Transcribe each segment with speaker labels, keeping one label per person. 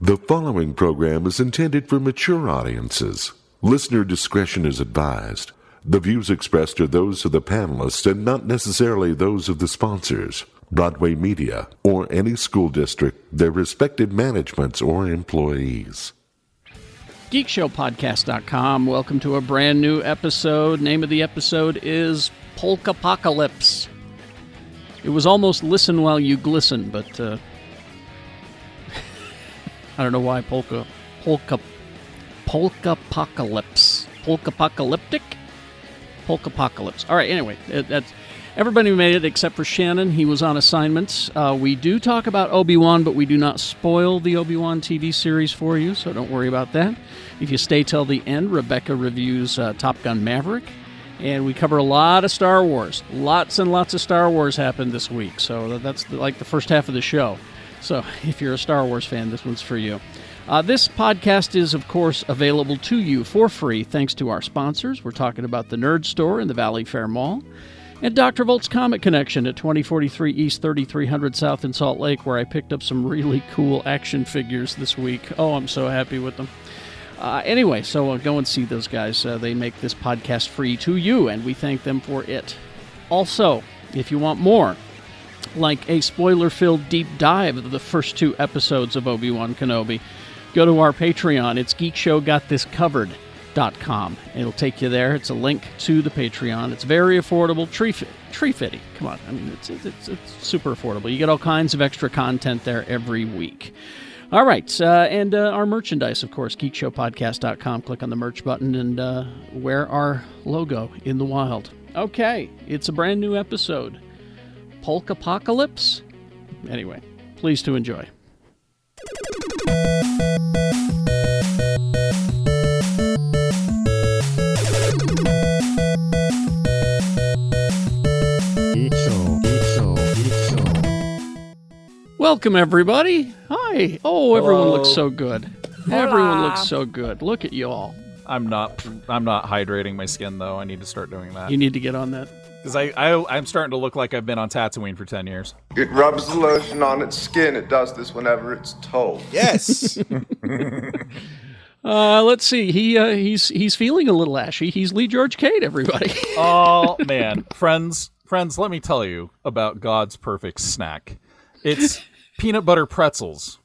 Speaker 1: The following program is intended for mature audiences. Listener discretion is advised. The views expressed are those of the panelists and not necessarily those of the sponsors, Broadway Media, or any school district, their respective managements, or employees.
Speaker 2: GeekShowPodcast.com. Welcome to a brand new episode. Name of the episode is Polk Apocalypse. It was almost Listen While You Glisten, but uh, I don't know why Polka. Polka. Polka Apocalypse. Polka Apocalyptic? Polka Apocalypse. All right, anyway, it, that's. Everybody made it except for Shannon. He was on assignments. Uh, we do talk about Obi Wan, but we do not spoil the Obi Wan TV series for you, so don't worry about that. If you stay till the end, Rebecca reviews uh, Top Gun Maverick, and we cover a lot of Star Wars. Lots and lots of Star Wars happened this week, so that's the, like the first half of the show. So if you're a Star Wars fan, this one's for you. Uh, this podcast is, of course, available to you for free thanks to our sponsors. We're talking about the Nerd Store in the Valley Fair Mall and Dr. Volt's Comic Connection at 2043 East 3300 South in Salt Lake, where I picked up some really cool action figures this week. Oh, I'm so happy with them. Uh, anyway, so uh, go and see those guys. Uh, they make this podcast free to you, and we thank them for it. Also, if you want more, like a spoiler filled deep dive of the first two episodes of Obi Wan Kenobi, go to our Patreon. It's Geek Show Got This Covered. Com. It'll take you there. It's a link to the Patreon. It's very affordable. Tree fit, tree fitty. Come on, I mean it's, it's it's super affordable. You get all kinds of extra content there every week. All right, uh, and uh, our merchandise, of course, geekshowpodcast.com. Click on the merch button and uh, wear our logo in the wild. Okay, it's a brand new episode. Polk Apocalypse. Anyway, please to enjoy. Welcome, everybody. Hi. Oh, everyone
Speaker 3: Hello.
Speaker 2: looks so good. Everyone looks so good. Look at y'all.
Speaker 3: I'm not. I'm not hydrating my skin though. I need to start doing that
Speaker 2: You need to get on that.
Speaker 3: because I, I I'm starting to look like I've been on Tatooine for ten years.
Speaker 4: It rubs the lotion on its skin. It does this whenever it's told.
Speaker 5: Yes.
Speaker 2: Uh, let's see. He uh, he's he's feeling a little ashy. He's Lee George Cade, everybody.
Speaker 3: Oh man, friends, friends, let me tell you about God's perfect snack. It's peanut butter pretzels.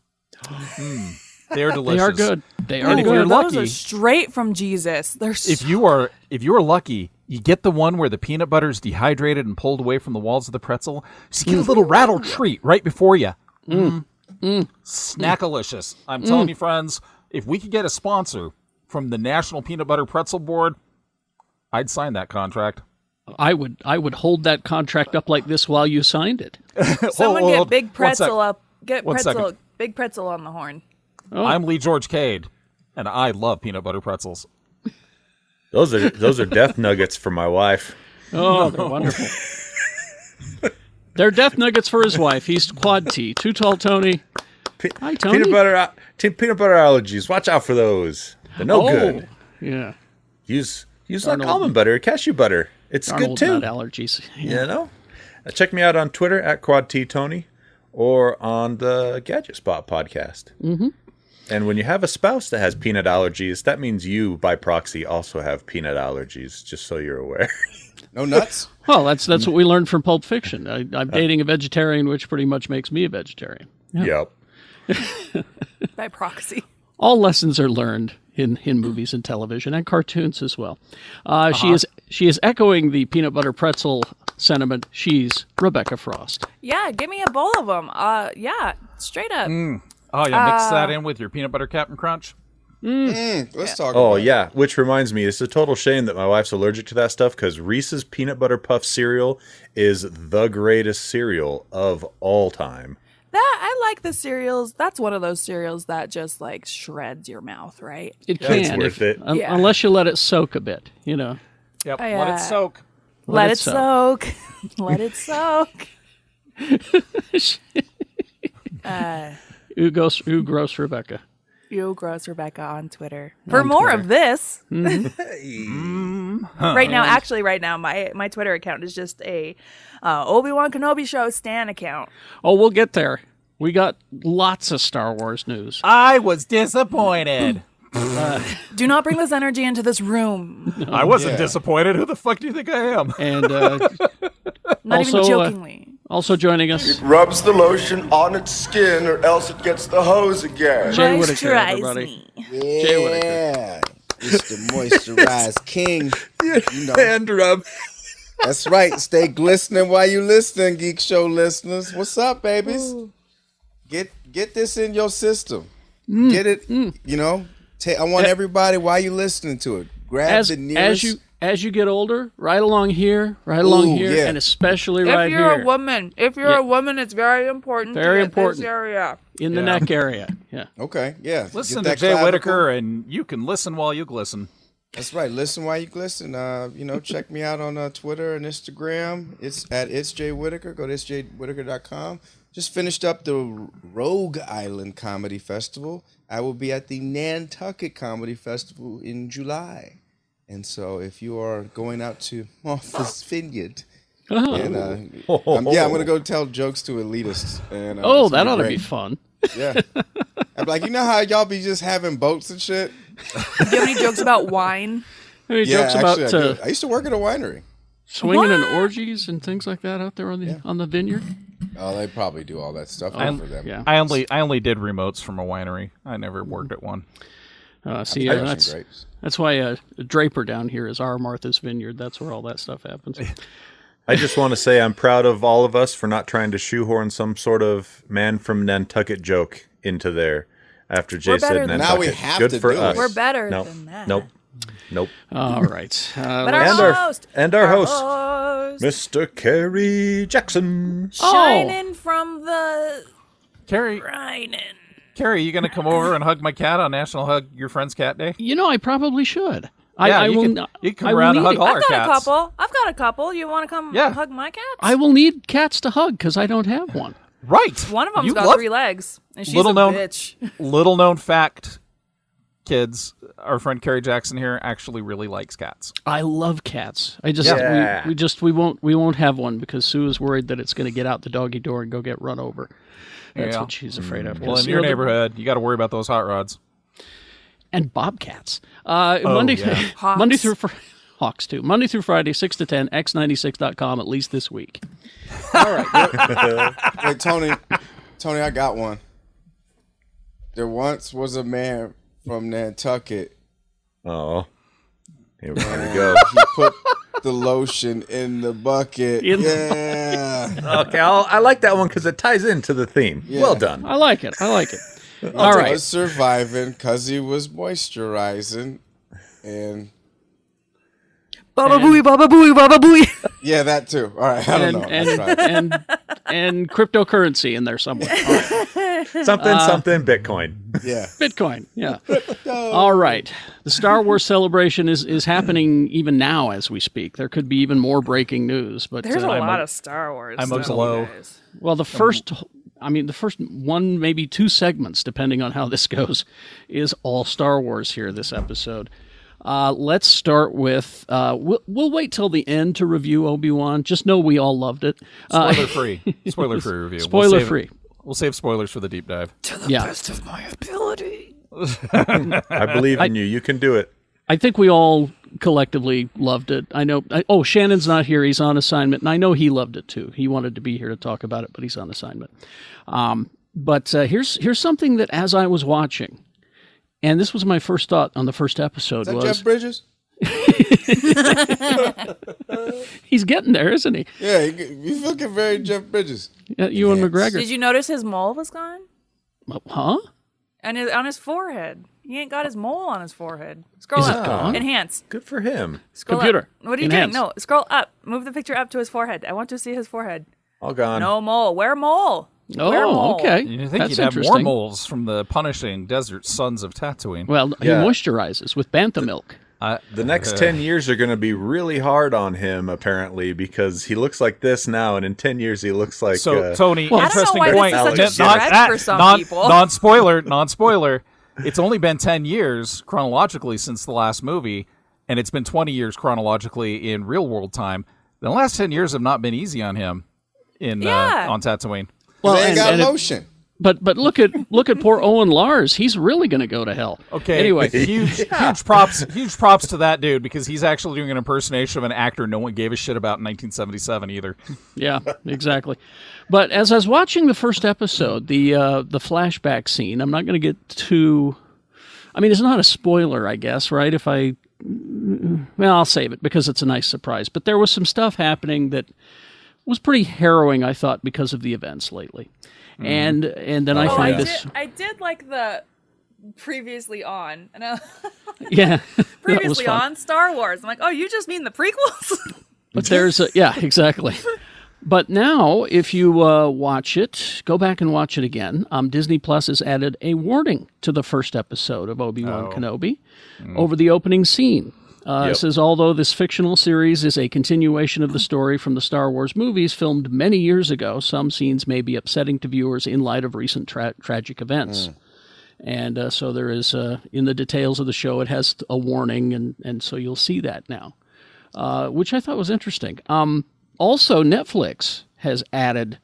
Speaker 3: Mm, they are
Speaker 2: they
Speaker 3: delicious.
Speaker 2: are good. They
Speaker 5: Oh,
Speaker 2: are
Speaker 3: And if
Speaker 2: good.
Speaker 3: you're
Speaker 6: Oh, those
Speaker 3: lucky,
Speaker 6: are straight from Jesus. They're
Speaker 3: if you are if you are lucky, you get the one where the peanut butter is dehydrated and pulled away from the walls of the pretzel. So you get a little rattle treat right before you. Mm. Snackalicious. I'm telling you, friends, if we could get a sponsor from the National Peanut Butter Pretzel Board, I'd sign that contract.
Speaker 2: I would I would hold that contract up like this while you signed it.
Speaker 6: someone
Speaker 3: Hold-
Speaker 6: get
Speaker 3: hold-
Speaker 6: big
Speaker 3: one sec.
Speaker 6: pretzel up, get
Speaker 3: One
Speaker 6: pretzel,
Speaker 3: second.
Speaker 6: big pretzel on the horn.
Speaker 3: I'm Lee George Cade, and I love peanut butter pretzels.
Speaker 5: those are those are death nuggets for my wife.
Speaker 2: Oh, they're wonderful. they're death nuggets for his wife. He's quad T. Too tall, Tony. Hi, Tony.
Speaker 5: Peanut butter al- t- peanut butter allergies. Watch out for those. They're no
Speaker 2: Oh,
Speaker 5: good.
Speaker 2: Yeah.
Speaker 5: Use use like almond butter or cashew butter. It's
Speaker 2: Arnold
Speaker 5: good too.
Speaker 2: nut allergies.
Speaker 5: You know. Uh, Check me out on Twitter at Quad T Tony or on the Gadget Spot podcast. Mm-hmm. And when you have a spouse that has peanut allergies, that means you, by proxy, also have peanut allergies. Just so you're aware.
Speaker 7: No nuts?
Speaker 2: Well, that's that's what we learned from Pulp Fiction. I, I'm
Speaker 5: Uh,
Speaker 2: dating a vegetarian, which pretty much makes me a vegetarian.
Speaker 5: Yep.
Speaker 6: By proxy.
Speaker 2: All lessons are learned in, in movies and television and cartoons as well. Uh,
Speaker 5: Uh-huh.
Speaker 2: She is she is echoing the peanut butter pretzel sentiment. She's Rebecca Frost.
Speaker 6: Yeah, give me a bowl of them. Uh, yeah, straight up.
Speaker 3: Oh yeah,
Speaker 6: Ah.
Speaker 3: mix that in with your peanut butter Captain Crunch.
Speaker 7: Let's talk.
Speaker 5: Oh
Speaker 7: about it.
Speaker 5: yeah, which reminds me, it's a total shame that my wife's allergic to that stuff because Reese's peanut butter puff cereal is the greatest cereal of all time.
Speaker 6: That I like the cereals. That's one of those cereals that just like shreds your mouth, right?
Speaker 2: It
Speaker 5: Yeah,
Speaker 2: can,
Speaker 5: it's worth
Speaker 2: if-
Speaker 5: it.
Speaker 2: un-
Speaker 6: Yeah.
Speaker 2: unless you let it soak a bit. You know,
Speaker 3: Yep,
Speaker 6: I,
Speaker 3: let
Speaker 6: uh,
Speaker 3: it soak.
Speaker 6: Let,
Speaker 2: it
Speaker 6: it soak. Let it soak. uh,
Speaker 2: who goes who gross Rebecca?
Speaker 6: you gross Rebecca on Twitter for more of this.
Speaker 3: Mm-hmm.
Speaker 6: right now, actually, right now, my my Twitter account is just a uh, Obi Wan Kenobi show Stan account.
Speaker 2: Oh, we'll get there. We got lots of Star Wars news.
Speaker 3: I was disappointed.
Speaker 6: Do not bring this energy into this room.
Speaker 3: I wasn't disappointed. Who the fuck do you think I am?
Speaker 2: And uh,
Speaker 6: Not even
Speaker 2: Also, uh,
Speaker 6: jokingly.
Speaker 2: also joining us,
Speaker 4: Rubs the lotion on its skin or else it gets the hose again.
Speaker 2: Jay Whitaker, everybody. Jay Whitaker.
Speaker 7: Yeah. It's the moisturized king. You know.
Speaker 5: Hand rub.
Speaker 7: That's right. Stay glistening while you listening, Geek Show listeners. What's up, babies? Get get this in your system.
Speaker 2: Mm,
Speaker 7: Get it. You know. Ta- I want everybody while you listening to it. Grab
Speaker 2: as
Speaker 7: the
Speaker 2: as
Speaker 7: nearest.
Speaker 2: you as you get older, right along here, right along
Speaker 7: Ooh,
Speaker 2: here,
Speaker 7: yeah.
Speaker 2: and especially
Speaker 8: If
Speaker 2: right
Speaker 8: you're
Speaker 2: here
Speaker 8: a woman, if you're a woman, it's very important.
Speaker 2: Very
Speaker 8: to get
Speaker 2: important.
Speaker 8: This area.
Speaker 2: in the neck area. Yeah.
Speaker 7: okay. Yeah. Get
Speaker 3: Listen to
Speaker 7: that
Speaker 3: Jay
Speaker 7: clavicle.
Speaker 3: Whitaker, and you can listen while you glisten.
Speaker 7: That's right. Listen while you glisten. Uh, you know, check me out on uh, Twitter and Instagram. It's at it's Jay Whitaker. Go to itsjaywhitaker.com. Just finished up the R- Rogue Island Comedy Festival. I will be at the Nantucket Comedy Festival in July. And so if you are going out to Martha's Vineyard,
Speaker 2: Oh.
Speaker 7: and, uh, I'm- yeah, I'm going to go tell jokes to elitists. And, uh,
Speaker 2: Oh,
Speaker 7: it's gonna
Speaker 2: that ought to be
Speaker 7: great.
Speaker 2: fun.
Speaker 7: Yeah. I'm like, you know how y'all be just having boats and shit?
Speaker 6: Do you have any jokes about wine?
Speaker 2: Any
Speaker 7: Yeah,
Speaker 2: jokes about
Speaker 7: actually, I,
Speaker 2: uh,
Speaker 7: do. I used to work at a winery.
Speaker 2: swinging and orgies and things like that out there on the on the vineyard?
Speaker 7: Oh, they probably do all that stuff for them.
Speaker 2: Yeah.
Speaker 3: I only I only did remotes from a winery. I never worked at one.
Speaker 2: Uh, see, yeah,
Speaker 7: Crushing
Speaker 2: that's
Speaker 7: grapes.
Speaker 2: that's why uh, Draper down here is our Martha's Vineyard. That's where all that stuff happens.
Speaker 5: I just want to say I'm proud of all of us for not trying to shoehorn some sort of man from Nantucket joke into there after Jay
Speaker 6: We're better
Speaker 5: said
Speaker 6: than-
Speaker 5: Nantucket.
Speaker 7: Now we have
Speaker 5: Good
Speaker 7: to
Speaker 5: for
Speaker 7: do it.
Speaker 5: us.
Speaker 6: We're better
Speaker 5: Nope.
Speaker 6: than that.
Speaker 5: Nope. Nope.
Speaker 2: all right. Uh,
Speaker 6: But our
Speaker 5: And our-
Speaker 6: host,
Speaker 5: and our host.
Speaker 6: host,
Speaker 5: Mr. Kerry Jackson.
Speaker 2: Oh,
Speaker 6: shining from the
Speaker 3: Carrie,
Speaker 6: shining.
Speaker 3: Carrie, you gonna come over and hug my cat on National Hug Your Friend's Cat Day?
Speaker 2: you know, I probably should. I,
Speaker 3: Yeah,
Speaker 2: I
Speaker 3: you
Speaker 2: will.
Speaker 3: can-
Speaker 2: not-
Speaker 3: you can
Speaker 2: I
Speaker 3: come
Speaker 2: will
Speaker 3: around and
Speaker 2: need-
Speaker 3: hug all our
Speaker 6: I've got a
Speaker 3: cats.
Speaker 6: couple. I've got a couple. You want to come
Speaker 3: Yeah.
Speaker 6: hug my cats?
Speaker 2: I will need cats to hug because I don't have one.
Speaker 3: Right.
Speaker 6: One of them's
Speaker 3: You
Speaker 6: got
Speaker 3: love-
Speaker 6: three legs, and she's
Speaker 3: Little
Speaker 6: a
Speaker 3: known-
Speaker 6: bitch.
Speaker 3: Little known fact, kids. Our friend Carrie Jackson here actually really likes cats.
Speaker 2: I love cats. I just
Speaker 5: Yeah.
Speaker 2: we, we just we won't we won't have one because Sue is worried that it's going to get out the doggy door and go get run over. That's
Speaker 3: Yeah.
Speaker 2: what she's afraid
Speaker 7: Mm.
Speaker 2: of.
Speaker 3: Well,
Speaker 2: 'Cause,
Speaker 3: in
Speaker 2: you know,
Speaker 3: your
Speaker 2: the-
Speaker 3: neighborhood, you got to worry about those hot rods.
Speaker 2: and bobcats. Uh,
Speaker 7: Oh,
Speaker 2: Monday,
Speaker 6: Hawks.
Speaker 2: Monday through Fri Hawks too. Monday through Friday, six to ten. X96.com at least this week.
Speaker 7: Hey, Tony, Tony, I got one. There once was a man from Nantucket.
Speaker 5: Oh. Here we here we go.
Speaker 7: He put the lotion in the bucket.
Speaker 2: In the
Speaker 7: yeah.
Speaker 5: okay, I'll, I like that one because it ties into the theme. Well done.
Speaker 2: I like it. I like it. All
Speaker 7: He
Speaker 2: right.
Speaker 7: was surviving because he was moisturizing. And
Speaker 6: Baba booey, baba booey, baba booey.
Speaker 7: yeah, that too. All right. I don't
Speaker 2: And
Speaker 7: know.
Speaker 2: and,
Speaker 7: That's
Speaker 2: and
Speaker 7: right.
Speaker 2: and cryptocurrency in there somewhere.
Speaker 5: Something,
Speaker 2: Uh,
Speaker 5: something, Bitcoin.
Speaker 7: Yeah.
Speaker 2: Bitcoin. Yeah. All right. The Star Wars celebration is is happening even now as we speak. There could be even more breaking news, but
Speaker 8: There's
Speaker 2: uh,
Speaker 8: a
Speaker 2: I'm
Speaker 8: lot of Star Wars.
Speaker 3: I'm
Speaker 8: stuff,
Speaker 3: low.
Speaker 8: you guys.
Speaker 2: Well, the first, I mean, the first one, maybe two segments, depending on how this goes, is all Star Wars here this episode. Uh, let's start with. Uh, we'll, we'll wait till the end to review Obi Wan. Just know we all loved it. Uh,
Speaker 3: Spoiler free. Spoiler free review. We'll
Speaker 2: Spoiler
Speaker 3: save-
Speaker 2: free.
Speaker 3: We'll save spoilers for the deep dive.
Speaker 2: yeah,
Speaker 5: I believe in you. You can do it.
Speaker 2: I think we all collectively loved it. I know. I, oh, Shannon's not here. He's on assignment, and I know he loved it too. He wanted to be here to talk about it, but he's on assignment. Um, but uh, here's here's something that as I was watching, and this was my first thought on the first episode
Speaker 7: Is that
Speaker 2: was
Speaker 7: Jeff Bridges?
Speaker 2: He's getting there, isn't he?
Speaker 7: Yeah. You, you looking very Jeff Bridges.
Speaker 2: Uh, Ewan McGregor. Oh,
Speaker 6: Did you notice his mole was gone?
Speaker 2: Huh?
Speaker 6: And his, on his forehead. He ain't got his mole on his forehead. Scroll up. Enhance.
Speaker 5: Good for him.
Speaker 6: Scroll
Speaker 2: Computer,
Speaker 6: Up. What are you
Speaker 2: enhance.
Speaker 6: doing? No, scroll up. Move the picture up to his forehead. I want to see his forehead.
Speaker 5: All gone.
Speaker 6: No mole. Where mole? Where
Speaker 2: Oh,
Speaker 6: mole?
Speaker 2: okay.
Speaker 3: You think
Speaker 2: That's
Speaker 3: you'd have more
Speaker 2: interesting.
Speaker 3: moles from the punishing desert sons of Tatooine? Uh,
Speaker 2: Well,
Speaker 5: Yeah.
Speaker 2: he moisturizes with bantha milk.
Speaker 3: I-
Speaker 5: The next 10 years are going to be really hard on him, apparently, because he looks like this now, and in 10 years, he looks like.
Speaker 3: so
Speaker 5: uh,
Speaker 3: Tony,
Speaker 6: I don't know
Speaker 3: interesting
Speaker 6: why this
Speaker 3: point.
Speaker 5: is such a
Speaker 6: stretch for some people.
Speaker 3: non spoiler, non spoiler. It's only been ten years chronologically since the last movie, and it's been twenty years chronologically in real world time. The last ten years have not been easy on him in
Speaker 6: Yeah.
Speaker 3: uh, on Tatooine.
Speaker 2: Well,
Speaker 7: they ain't
Speaker 2: and,
Speaker 7: got
Speaker 2: and it-
Speaker 7: lotion.
Speaker 2: but but look at look at poor Owen Lars. He's really going to go to hell.
Speaker 3: Okay.
Speaker 2: Anyway,
Speaker 3: huge, huge props, huge props to that dude because he's actually doing an impersonation of an actor no one gave a shit about in 1977 either.
Speaker 2: yeah, exactly. But as I was watching the first episode, the uh, the flashback scene, I'm not going to get too. I mean, it's not a spoiler, I guess, right? If I, well, I'll save it because it's a nice surprise. But there was some stuff happening that was pretty harrowing, I thought, because of the events lately. And and then I
Speaker 8: Mm-hmm. Oh,
Speaker 2: find
Speaker 8: I
Speaker 2: this,
Speaker 8: did. I did like the previously on, and
Speaker 6: uh,
Speaker 8: I,
Speaker 2: yeah, that was
Speaker 8: previously
Speaker 2: fun.
Speaker 8: on Star Wars. I'm like, oh, you just mean the prequels?
Speaker 2: But there's a yeah, exactly. But now, if you uh, watch it, go back and watch it again. Um, Disney Plus has added a warning to the first episode of Obi Wan Kenobi over the opening scene. Uh, It says, although this fictional series is a continuation of the story from the Star Wars movies filmed many years ago, some scenes may be upsetting to viewers in light of recent tra- tragic events. And uh, so there is, uh, in the details of the show, it has a warning, and, and so you'll see that now uh, which I thought was interesting. Um, also, Netflix has added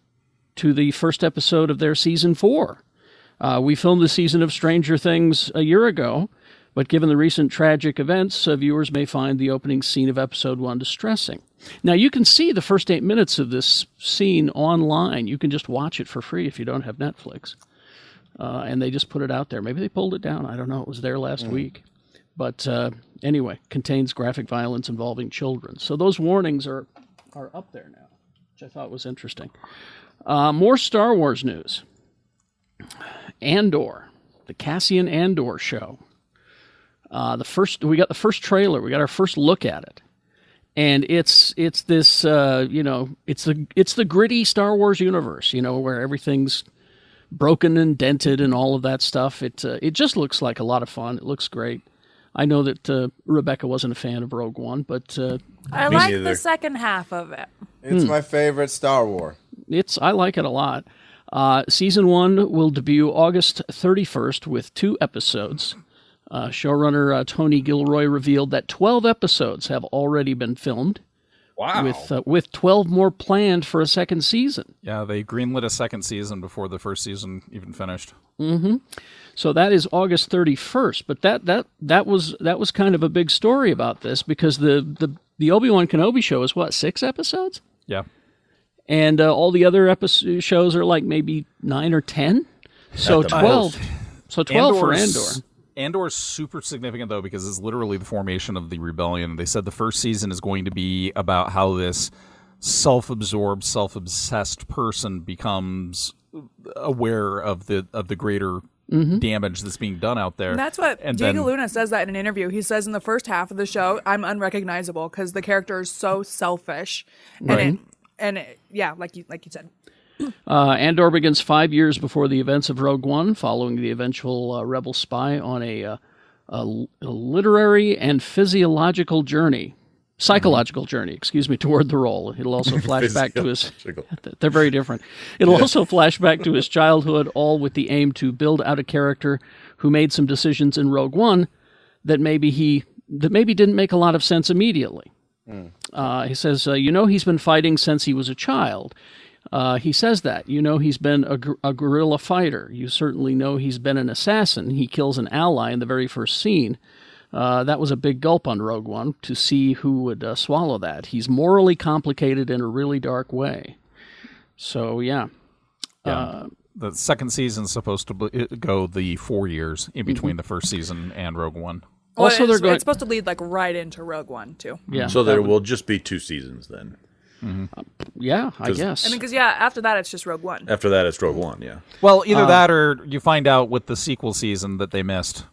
Speaker 2: to the first episode of their season four. Uh, we filmed the season of Stranger Things a year ago, but given the recent tragic events, uh, viewers may find the opening scene of episode one distressing. Now, you can see the first eight minutes of this scene online. You can just watch it for free if you don't have Netflix. Uh, and they just put it out there. Maybe they pulled it down. I don't know. It was there last week but uh, anyway, contains graphic violence involving children. So those warnings are are up there now, which I thought was interesting. Uh, more Star Wars news. Andor, the Cassian Andor show. Uh, the first we got the first trailer. We got our first look at it, and it's it's this uh, you know it's the it's the gritty Star Wars universe. You know where everything's broken and dented and all of that stuff. It uh, it just looks like a lot of fun. It looks great. I know that uh, Rebecca wasn't a fan of Rogue One, but uh,
Speaker 8: I like
Speaker 5: neither.
Speaker 8: the second half of it.
Speaker 7: It's my favorite Star Wars.
Speaker 2: it's I like it a lot. Uh, season one will debut August 31st with two episodes. Uh, showrunner uh, Tony Gilroy revealed that 12 episodes have already been filmed,
Speaker 5: Wow.
Speaker 2: with uh, with 12 more planned for a second season.
Speaker 3: Yeah, they greenlit a second season before the first season even finished.
Speaker 2: So that is August 31st. But that that that was that was kind of a big story about this because the the the Obi Wan Kenobi show is what six episodes,
Speaker 3: Yeah.
Speaker 2: and uh, all the other episode shows are like maybe nine or ten. So
Speaker 5: the
Speaker 2: 12. So 12 for Andor.
Speaker 3: Andor's- Andor's super significant though because it's literally the formation of the rebellion. They said the first season is going to be about how this self-absorbed, self-obsessed person becomes aware of the of the greater
Speaker 2: Mm-hmm.
Speaker 3: damage that's being done out there.
Speaker 8: And that's what
Speaker 3: and
Speaker 8: Diego
Speaker 3: then,
Speaker 8: Luna says that in an interview. He says in the first half of the show, I'm unrecognizable because the character is so selfish. And it, and it, yeah, like you like you said.
Speaker 2: Uh, Andor begins five years before the events of Rogue One, following the eventual uh, rebel spy on a, uh, a, l- a literary and physiological journey, psychological journey, excuse me, toward the role. It'll also flash back to his. They're very different. It'll also flash back to his childhood, all with the aim to build out a character who made some decisions in Rogue One that maybe he that maybe didn't make a lot of sense immediately. Uh, he says, uh, you know, he's been fighting since he was a child. Uh, he says that. You know, he's been a, gor- a guerrilla fighter. You certainly know he's been an assassin. He kills an ally in the very first scene. Uh, that was a big gulp on Rogue One to see who would uh, swallow that. He's morally complicated in a really dark way. So, yeah.
Speaker 3: the second season's supposed to be, go the 4 years
Speaker 2: Mm-hmm.
Speaker 3: in between the first season and Rogue One.
Speaker 8: Well,
Speaker 2: Also, they're
Speaker 8: it's,
Speaker 2: going-
Speaker 8: it's supposed to lead like right into Rogue One too.
Speaker 2: Yeah.
Speaker 5: so there will just be two seasons then.
Speaker 2: yeah, I guess.
Speaker 8: I mean, because yeah, after that it's just Rogue One.
Speaker 5: After that, it's Rogue One. Yeah.
Speaker 3: Well, either
Speaker 2: Uh,
Speaker 3: that or you find out with the sequel season that they missed.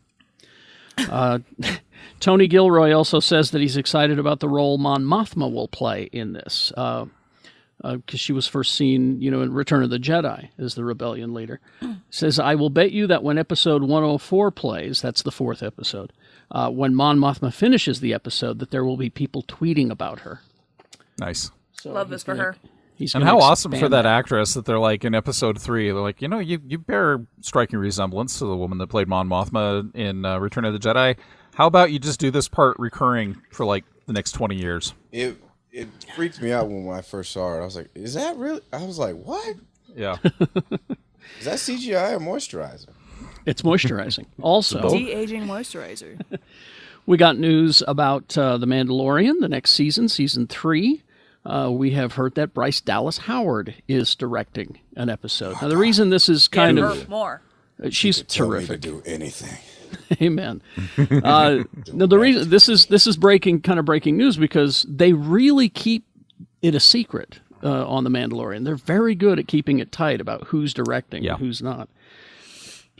Speaker 2: Tony Gilroy also says that he's excited about the role Mon Mothma will play in this, because she was first seen, you know, in Return of the Jedi as the rebellion leader.
Speaker 8: Mm.
Speaker 2: says, "I will bet you that when Episode 104 plays, that's the fourth episode, uh, when Mon Mothma finishes the episode, that there will be people tweeting about her."
Speaker 3: Nice.
Speaker 2: So
Speaker 8: Love
Speaker 2: he's
Speaker 8: this for
Speaker 2: gonna-
Speaker 8: her.
Speaker 2: He's
Speaker 3: And
Speaker 2: gonna
Speaker 3: how awesome for
Speaker 2: expand
Speaker 3: that, actress that they're like in episode three, they're like, you know, you, you bear striking resemblance to the woman that played Mon Mothma in uh, Return of the Jedi. How about you just do this part recurring for like the next 20 years?
Speaker 7: It it freaked me out when I first saw it. I was like, "Is that really?" I was like, "What?"
Speaker 3: Yeah.
Speaker 7: Is that CGI or moisturizer?
Speaker 2: It's moisturizing. Also,
Speaker 6: De aging moisturizer.
Speaker 2: we got news about uh, The Mandalorian, the next season, season three. Uh, we have heard that Bryce Dallas Howard is directing an episode. Now, the reason this is kind
Speaker 8: Yeah,
Speaker 2: of uh,
Speaker 8: more- more.
Speaker 2: she's
Speaker 7: Tell me
Speaker 2: terrific.
Speaker 7: to do anything.
Speaker 2: Amen. Uh, no, the reason this is this is breaking kind of breaking news because they really keep it a secret uh, on the Mandalorian. They're very good at keeping it tight about who's directing,
Speaker 3: Yeah.
Speaker 2: and who's not.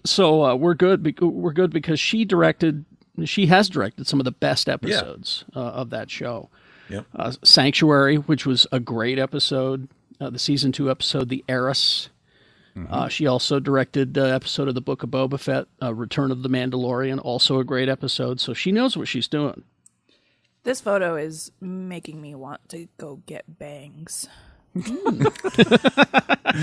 Speaker 2: So uh, we're good. bec- We're good because she directed. She has directed some of the best episodes uh, of that show.
Speaker 5: Yep.
Speaker 2: Uh, Sanctuary, which was a great episode, uh, the season two episode, The Heiress. Uh, she also directed the episode of the Book of Boba Fett, uh, Return of the Mandalorian, also a great episode. So she knows what she's doing.
Speaker 6: This photo is making me want to go get bangs.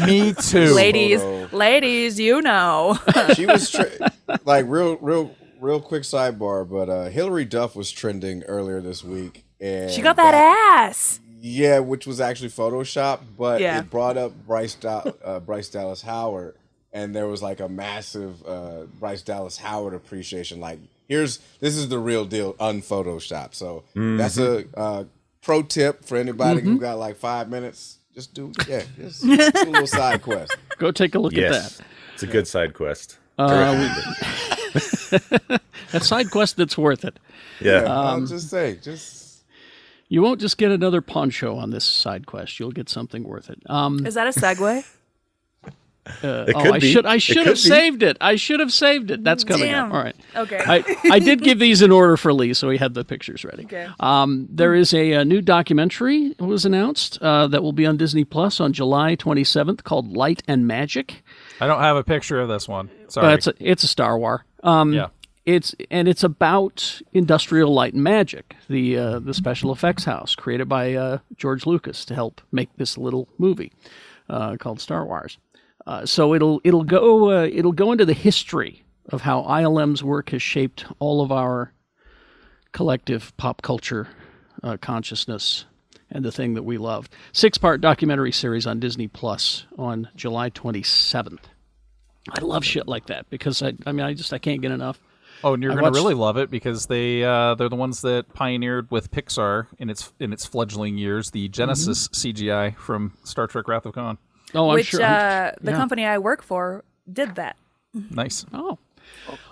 Speaker 3: Me too.
Speaker 6: Ladies, ladies, you know.
Speaker 7: She was tre- like real, real, real quick sidebar, but uh, Hillary Duff was trending earlier this week, and
Speaker 6: She got that ass.
Speaker 7: Yeah, which was actually Photoshop, but
Speaker 6: Yeah.
Speaker 7: it brought up Bryce da- uh, Bryce Dallas Howard, and there was like a massive uh, Bryce Dallas Howard appreciation. Like, here's this is the real deal, unphotoshopped. So that's a
Speaker 3: Mm-hmm.
Speaker 7: uh, pro tip for anybody who got like five minutes. Just do yeah, just do a little side quest.
Speaker 2: Go take a look at
Speaker 5: Yes.
Speaker 2: that.
Speaker 5: It's a good side quest.
Speaker 2: That side quest that's worth it.
Speaker 5: yeah.
Speaker 2: Uh,
Speaker 7: I'll just say, just
Speaker 2: You won't just get another poncho on this side quest. You'll get something worth it. Um,
Speaker 6: Is that a segue?
Speaker 5: it
Speaker 2: oh,
Speaker 5: could
Speaker 2: I
Speaker 5: be.
Speaker 2: should I
Speaker 5: It
Speaker 2: should
Speaker 5: could
Speaker 2: have
Speaker 5: be.
Speaker 2: saved it. I should have saved it. That's coming up.
Speaker 6: Damn.
Speaker 2: All right.
Speaker 6: Okay.
Speaker 2: I, I did give these in order for Lee, so he had the pictures ready. Okay. Um, there is a, uh new documentary that was announced uh, that will be on Disney Plus on July 27th called Light and Magic.
Speaker 3: I don't have a picture of this one. Sorry.
Speaker 2: Uh, it's a, it's a Star War. Um,
Speaker 3: yeah.
Speaker 2: It's and it's about industrial light and magic, the uh, the special effects house created by uh, George Lucas to help make this little movie uh, called Star Wars. Uh, so it'll it'll go uh, it'll go into the history of how ILM's work has shaped all of our collective pop culture uh, consciousness and the thing that we love. Six part documentary series on Disney Plus on July twenty seventh. I love shit like that because I, I mean, I just I can't get enough.
Speaker 3: Oh, and you're
Speaker 2: I
Speaker 3: going to
Speaker 2: watched-
Speaker 3: really love it because they uh, they're the ones that pioneered with Pixar in its in its fledgling years the Genesis
Speaker 2: Mm-hmm.
Speaker 3: CGI from Star Trek: Wrath of Khan.
Speaker 2: Oh, I'm
Speaker 6: Which
Speaker 2: sure. I'm-
Speaker 6: uh, the company I work for did that.
Speaker 3: Nice.
Speaker 2: oh,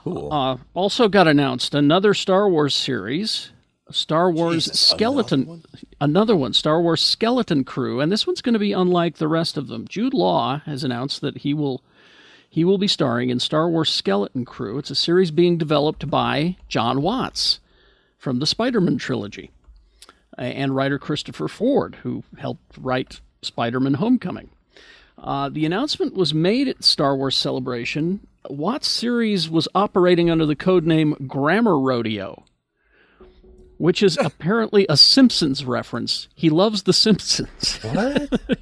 Speaker 2: cool. Uh, also got announced another Star Wars series, Star Wars Skeleton, another one? Star Wars Skeleton Crew, and this one's going to be unlike the rest of them. Jude Law has announced that he will he will be starring in Star Wars Skeleton Crew. It's a series being developed by John Watts from the Spider-Man trilogy. uh, and writer Christopher Ford, who helped write Spider Man Homecoming. Uh, the announcement was made at Star Wars Celebration. Watts' series was operating under the codename Grammar Rodeo, which is apparently a Simpsons reference. He loves The Simpsons.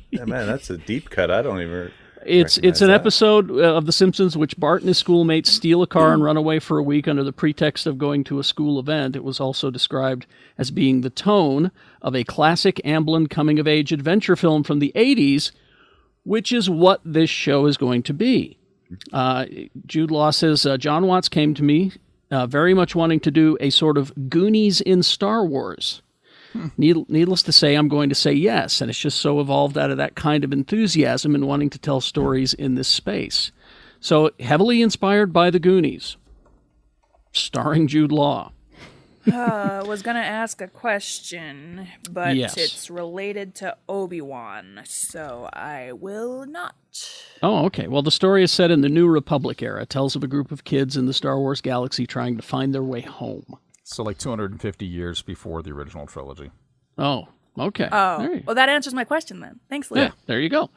Speaker 5: Yeah, man, that's a deep cut. I don't even.
Speaker 2: It's it's
Speaker 5: Recognize
Speaker 2: an
Speaker 5: that.
Speaker 2: episode uh, of The Simpsons which Bart and his schoolmates steal a car and run away for a week under the pretext of going to a school event. It was also described as being the tone of a classic Amblin coming of age adventure film from the 80s, which is what this show is going to be. Uh, Jude Law says uh, John Watts came to me uh, very much wanting to do a sort of Goonies in Star Wars. Need, needless to say, I'm going to say yes. And it's just so evolved out of that kind of enthusiasm and wanting to tell stories in this space. So heavily inspired by the Goonies, starring Jude Law.
Speaker 6: Uh, was gonna ask a question, but
Speaker 2: Yes.
Speaker 6: it's related to Obi Wan, so I will not.
Speaker 2: Oh, okay. Well, the story is set in the New Republic era, tells of a group of kids in the Star Wars galaxy trying to find their way home.
Speaker 3: So like 250 years before the original trilogy.
Speaker 2: Oh, okay. There
Speaker 6: Oh,
Speaker 2: you-
Speaker 6: well, that answers my question then. Thanks, Lee.
Speaker 2: Yeah, there you go.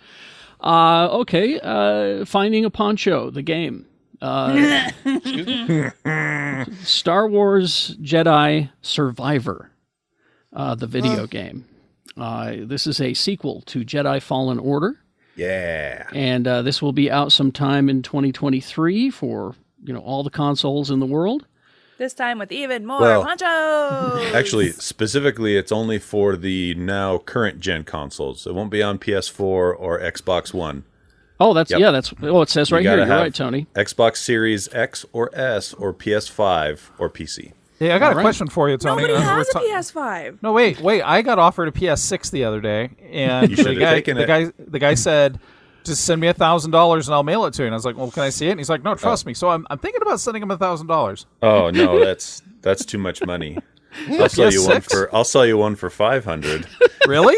Speaker 2: Uh, okay, uh, Finding a Poncho, the game. Uh, Star Wars Jedi Survivor, uh, the video game. Uh, this is a sequel to Jedi Fallen Order,
Speaker 5: Yeah.
Speaker 2: and uh, this will be out sometime in 2023 for you know all the consoles in the world.
Speaker 6: This time with even more
Speaker 5: Well-
Speaker 6: ponchos.
Speaker 5: Actually, specifically, it's only for the now current gen consoles. It won't be on PS4 or Xbox One.
Speaker 2: Oh, that's
Speaker 5: Yep.
Speaker 2: yeah. That's oh, it says right here.
Speaker 5: gotta
Speaker 2: You're
Speaker 5: have
Speaker 2: right, Tony.
Speaker 5: Xbox Series X or S or PS5 or PC.
Speaker 3: Hey, I got a
Speaker 2: right.
Speaker 3: question for you, Tony.
Speaker 8: Nobody
Speaker 3: Uh, we're
Speaker 8: has a
Speaker 3: ta-
Speaker 8: PS5.
Speaker 3: No, wait, wait. I got offered a PS6 the other day, and
Speaker 5: You
Speaker 3: the
Speaker 5: should've
Speaker 3: guy,
Speaker 5: taken
Speaker 3: the
Speaker 5: it.
Speaker 3: guy, the guy said, "Just send me a thousand dollars, and I'll mail it to you." And I was like, "Well, can I see it?" And he's like, "No, trust me." So I'm, I'm thinking about sending him a thousand dollars.
Speaker 5: Oh no, that's that's too much money. I'll sell you one
Speaker 3: PS6?
Speaker 5: for I'll sell you one for five hundred.
Speaker 3: Really?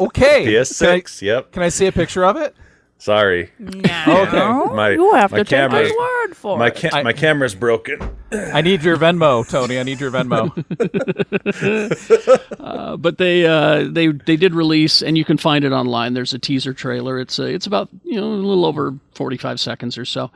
Speaker 3: Okay.
Speaker 5: PS6.
Speaker 3: Can I,
Speaker 5: Yep.
Speaker 3: can I see a picture of it?
Speaker 5: Sorry.
Speaker 3: Okay.
Speaker 5: My
Speaker 6: you have
Speaker 5: my
Speaker 6: to take
Speaker 5: camera
Speaker 6: his word for
Speaker 5: my
Speaker 6: it.
Speaker 5: ca-
Speaker 3: I-
Speaker 5: my camera's broken.
Speaker 3: I need your Venmo, Tony. I need your Venmo.
Speaker 2: but they uh, they they did release, and you can find it online. There's a teaser trailer. It's uh, it's about you know a little over 45 seconds or so,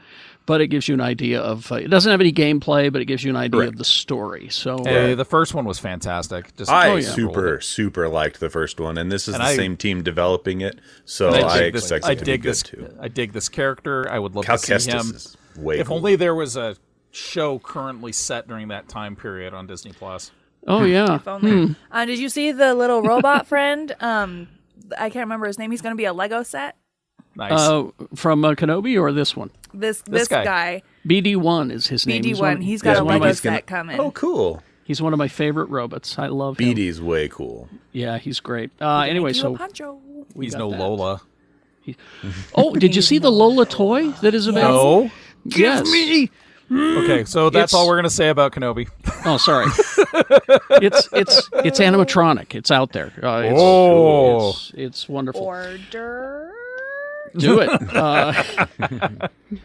Speaker 2: but it gives you an idea of. Uh, it doesn't have any gameplay, but it gives you an idea of the story. So uh,
Speaker 3: Hey, the first one was fantastic. Just
Speaker 5: I
Speaker 2: Oh, yeah.
Speaker 5: super super liked the first one, and this is
Speaker 3: And
Speaker 5: the
Speaker 3: I-
Speaker 5: same team developing it, so I,
Speaker 3: I, dig this.
Speaker 5: expect
Speaker 3: I
Speaker 5: it to be
Speaker 3: dig
Speaker 5: good
Speaker 3: this.
Speaker 5: too.
Speaker 3: I dig this character. I would love
Speaker 5: Cal
Speaker 3: to see him.
Speaker 5: Kestis is way.
Speaker 3: If
Speaker 5: cool.
Speaker 3: only there was a show currently set during that time period on Disney Plus.
Speaker 2: oh yeah,
Speaker 8: If only. Uh, did you see the little robot friend? Um, I can't remember his name. He's going to be a Lego set.
Speaker 3: Nice.
Speaker 2: uh, from uh, Kenobi or this one.
Speaker 8: This this,
Speaker 3: This guy.
Speaker 8: guy,
Speaker 2: BD one is his name.
Speaker 8: BD
Speaker 2: He's one-
Speaker 8: one. He's got
Speaker 5: Yeah,
Speaker 8: a
Speaker 2: one of
Speaker 8: Lego
Speaker 2: my,
Speaker 5: BD's
Speaker 8: set
Speaker 5: gonna-
Speaker 8: coming.
Speaker 5: Oh, cool.
Speaker 2: he's one of my favorite robots. I love him.
Speaker 5: BD's way cool.
Speaker 2: Yeah, he's great. Uh, anyway,
Speaker 8: Thank you,
Speaker 2: so
Speaker 8: Pancho.
Speaker 2: we
Speaker 3: He's
Speaker 2: got
Speaker 3: no
Speaker 2: that.
Speaker 3: Lola.
Speaker 2: Oh, did you see the Lola toy that is available?
Speaker 3: No.
Speaker 2: Yes.
Speaker 3: Okay, so that's
Speaker 2: It's-
Speaker 3: all we're gonna say about Kenobi.
Speaker 2: Oh, sorry. it's it's it's animatronic. It's out there. Uh, it's,
Speaker 3: Oh.
Speaker 2: it's, it's wonderful.
Speaker 8: Order.
Speaker 2: Do it. Uh,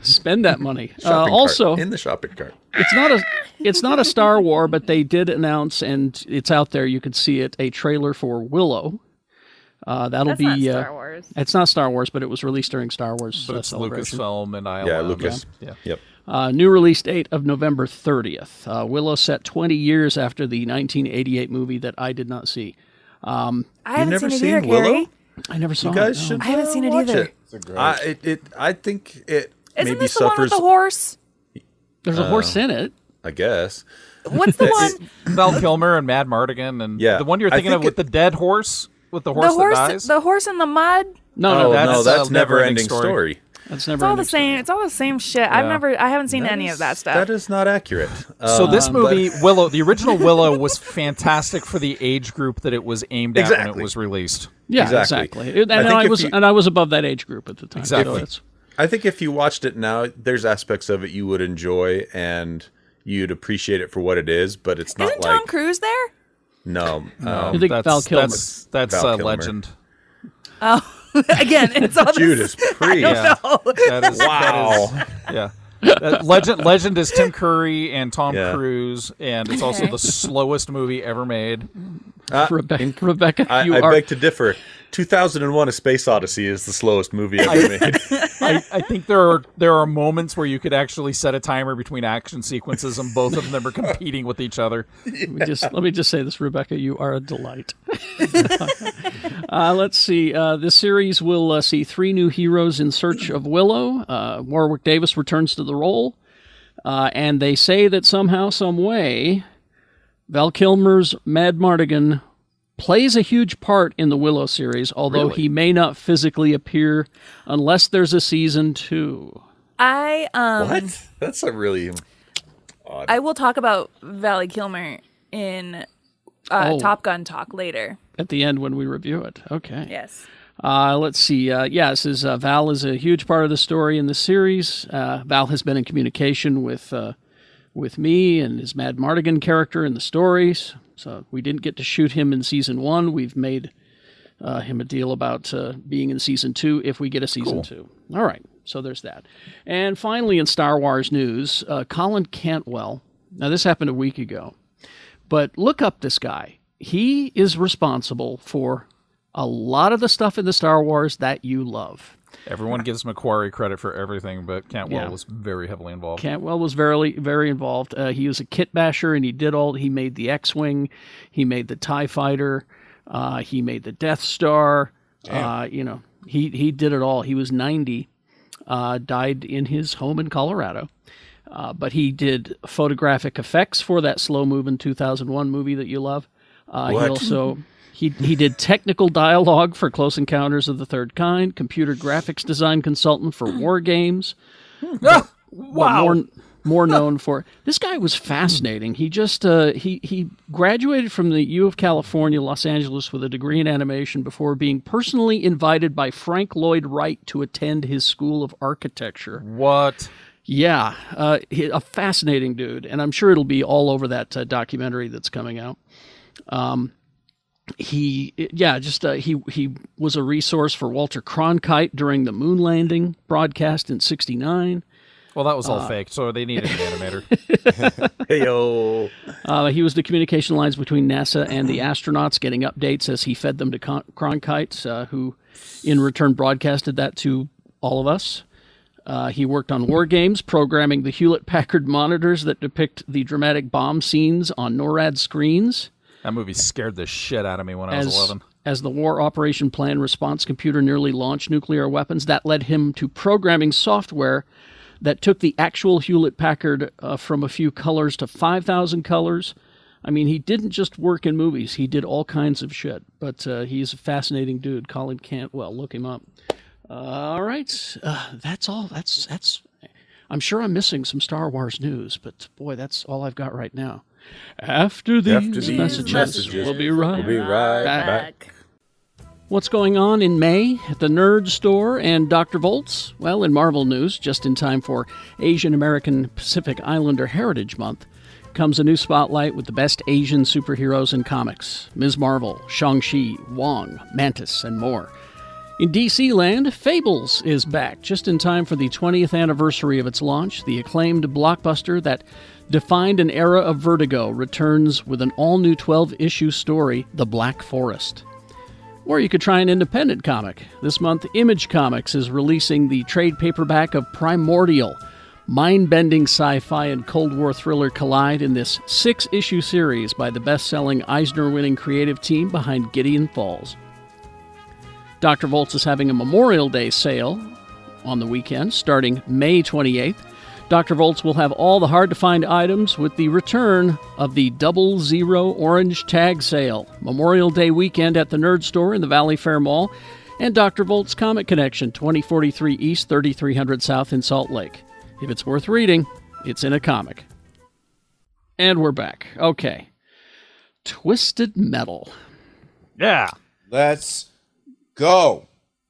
Speaker 2: spend that money. Uh,
Speaker 5: Shopping cart.
Speaker 2: also,
Speaker 5: in the shopping cart.
Speaker 2: it's not a it's not a Star War, but they did announce, and it's out there. You can see it. A trailer for Willow. Uh, that'll
Speaker 8: That's
Speaker 2: be
Speaker 8: not Star
Speaker 2: uh,
Speaker 8: Wars.
Speaker 2: It's not Star Wars, but it was released during Star Wars
Speaker 3: But
Speaker 2: uh,
Speaker 3: it's
Speaker 2: celebration.
Speaker 3: Lucasfilm and I.
Speaker 5: Yeah, Lucas.
Speaker 3: Yeah.
Speaker 5: Yep.
Speaker 2: Uh, new release date of November 30th. Uh, Willow set 20 years after the 1988 movie that I did not see.
Speaker 8: I haven't
Speaker 5: never
Speaker 8: seen it either,
Speaker 5: seen Willow?
Speaker 8: Gary. Oh,
Speaker 2: I never saw
Speaker 5: You guys
Speaker 2: it. no.
Speaker 5: should.
Speaker 8: I haven't
Speaker 5: uh,
Speaker 8: seen it
Speaker 5: watch
Speaker 8: either.
Speaker 5: It. I, it, it, I think it
Speaker 8: Isn't
Speaker 5: maybe
Speaker 8: this the one
Speaker 5: suffers.
Speaker 8: with the horse?
Speaker 2: There's a horse
Speaker 5: Uh,
Speaker 2: in it.
Speaker 5: I guess.
Speaker 8: What's the one?
Speaker 3: Val Kilmer and Mad Mardigan and
Speaker 5: Yeah,
Speaker 3: the one you're
Speaker 5: I
Speaker 3: thinking of with
Speaker 5: think
Speaker 3: the dead horse with the horse
Speaker 8: the horse,
Speaker 3: that dies.
Speaker 8: the horse in the mud.
Speaker 2: No,
Speaker 5: Oh
Speaker 2: no,
Speaker 3: that's,
Speaker 5: no, that's
Speaker 3: uh,
Speaker 5: never
Speaker 3: Neverending
Speaker 5: ending
Speaker 3: Story.
Speaker 5: story.
Speaker 2: that's never.
Speaker 8: It's all
Speaker 2: an
Speaker 8: the
Speaker 2: excuse.
Speaker 8: same. It's all the same shit. I've
Speaker 3: Yeah.
Speaker 8: never. I haven't seen any of that stuff.
Speaker 5: That is not accurate.
Speaker 3: so
Speaker 5: Um,
Speaker 3: this
Speaker 5: but-
Speaker 3: movie Willow, the original Willow was fantastic for the age group that it was aimed at when
Speaker 5: Exactly.
Speaker 3: it was released.
Speaker 2: Yeah, exactly.
Speaker 5: Exactly.
Speaker 2: It-
Speaker 5: I
Speaker 2: and
Speaker 5: think
Speaker 2: I,
Speaker 5: if
Speaker 2: was
Speaker 5: you-
Speaker 2: and I was above that age group at the time. so
Speaker 3: Exactly.
Speaker 2: it's-
Speaker 5: I think if you watched it now, there's aspects of it you would enjoy and you'd appreciate it for what it is, but it's not
Speaker 8: Isn't
Speaker 5: like
Speaker 8: Tom Cruise there?
Speaker 5: no.
Speaker 2: I
Speaker 5: Um,
Speaker 2: think Val Kilmer.
Speaker 3: That's that's
Speaker 5: Val
Speaker 3: uh,
Speaker 5: Kilmer.
Speaker 3: legend.
Speaker 8: Again, it's all the
Speaker 5: Judas Priest.
Speaker 3: Yeah.
Speaker 8: No.
Speaker 3: That is
Speaker 5: Wow.
Speaker 3: yeah. That legend legend is Tim Curry and Tom
Speaker 5: Yeah.
Speaker 3: Cruise, and it's also the slowest movie ever made.
Speaker 5: Uh,
Speaker 2: Rebecca, Rebecca,
Speaker 5: I,
Speaker 2: you
Speaker 5: I
Speaker 2: are.
Speaker 5: beg to differ. 2001: A Space Odyssey is the slowest movie ever made.
Speaker 3: I, I think there are there are moments where you could actually set a timer between action sequences, and both of them are competing with each other.
Speaker 2: let me just let me just say this, Rebecca. You are a delight. uh, let's see. Uh, this series will uh, see three new heroes in search of Willow. Uh, Warwick Davis returns to the role, uh, and they say that somehow, some way, Val Kilmer's Mad Mardigan plays a huge part in the Willow series, although he may not physically appear unless there's a season two.
Speaker 8: I um.
Speaker 5: what? That's a really
Speaker 8: I will talk about Valley Kilmer in uh,
Speaker 2: Oh.
Speaker 8: Top Gun talk later.
Speaker 2: At the end, when we review it. Okay.
Speaker 8: Yes.
Speaker 2: Uh, let's see. Uh, yeah, this is uh, Val is a huge part of the story in the series. Uh, Val has been in communication with uh, with me and his Mad Mardigan character in the stories. So we didn't get to shoot him in season one. We've made uh, him a deal about uh, being in season two if we get a season two. All right. So there's that. And finally, in Star Wars news, uh, Colin Cantwell. Now this happened a week ago, but look up this guy. He is responsible for a lot of the stuff in the Star Wars that you love.
Speaker 3: Everyone gives Macquarie credit for everything, but Cantwell
Speaker 2: Yeah.
Speaker 3: was very heavily involved.
Speaker 2: Cantwell was very, very involved. Uh, he was a kit basher, and he did all. He made the X-wing, he made the Tie Fighter, uh, he made the Death Star. Uh, you know, he he did it all. He was ninety, uh, died in his home in Colorado. Uh, but he did photographic effects for that slow moving 2001 movie that you love. Uh, He
Speaker 5: What?
Speaker 2: also He, he did technical dialogue for Close Encounters of the Third Kind, computer graphics design consultant for War Games.
Speaker 3: Ah,
Speaker 2: Well,
Speaker 3: wow.
Speaker 2: more, more known for this guy was fascinating. He just uh, he he graduated from the U of California, Los Angeles, with a degree in animation before being personally invited by Frank Lloyd Wright to attend his School of Architecture.
Speaker 3: What?
Speaker 2: Yeah, uh, he, a fascinating dude, and I'm sure it'll be all over that uh, documentary that's coming out. Um, he, yeah, just uh, he he was a resource for Walter Cronkite during the moon landing broadcast in '69.
Speaker 3: Well, that was all fake, so they needed an animator.
Speaker 5: Hey yo.
Speaker 2: Uh, he was the communication lines between NASA and the astronauts, getting updates as he fed them to Con- Cronkite, uh, who in return broadcasted that to all of us. Uh, he worked on war games, programming the Hewlett Packard monitors that depict the dramatic bomb scenes on NORAD screens
Speaker 3: that movie scared the shit out of me when I was
Speaker 2: as,
Speaker 3: 11.
Speaker 2: as the War Operation Plan Response Computer nearly launched nuclear weapons. That led him to programming software that took the actual Hewlett Packard uh, from a few colors to 5,000 colors. I mean, he didn't just work in movies, he did all kinds of shit. But uh, he's a fascinating dude. Colin Cantwell, look him up. All right, uh, that's all. That's that's. I'm sure I'm missing some Star Wars news, but boy, that's all I've got right now. After these,
Speaker 5: After these
Speaker 2: messages,
Speaker 5: messages,
Speaker 2: we'll be right.
Speaker 5: We'll be right
Speaker 2: Back.
Speaker 5: back.
Speaker 2: What's going on in May at the Nerd Store and Dr. Volts? Well, in Marvel news, just in time for Asian American Pacific Islander Heritage Month, comes a new spotlight with the best Asian superheroes in comics Ms. Marvel, Shang-Chi, Wong, Mantis, and more. In DC land, Fables is back just in time for the 20th anniversary of its launch. The acclaimed blockbuster that defined an era of vertigo returns with an all new 12 issue story, The Black Forest. Or you could try an independent comic. This month, Image Comics is releasing the trade paperback of Primordial. Mind bending sci fi and Cold War thriller collide in this six issue series by the best selling Eisner winning creative team behind Gideon Falls. Dr. Volts is having a Memorial Day sale on the weekend starting May 28th. Dr. Volts will have all the hard to find items with the return of the Double Zero Orange Tag Sale, Memorial Day weekend at the Nerd Store in the Valley Fair Mall, and Dr. Volts Comic Connection, 2043 East, 3300 South in Salt Lake. If it's worth reading, it's in a comic. And we're back. Okay. Twisted Metal.
Speaker 3: Yeah.
Speaker 7: Let's go.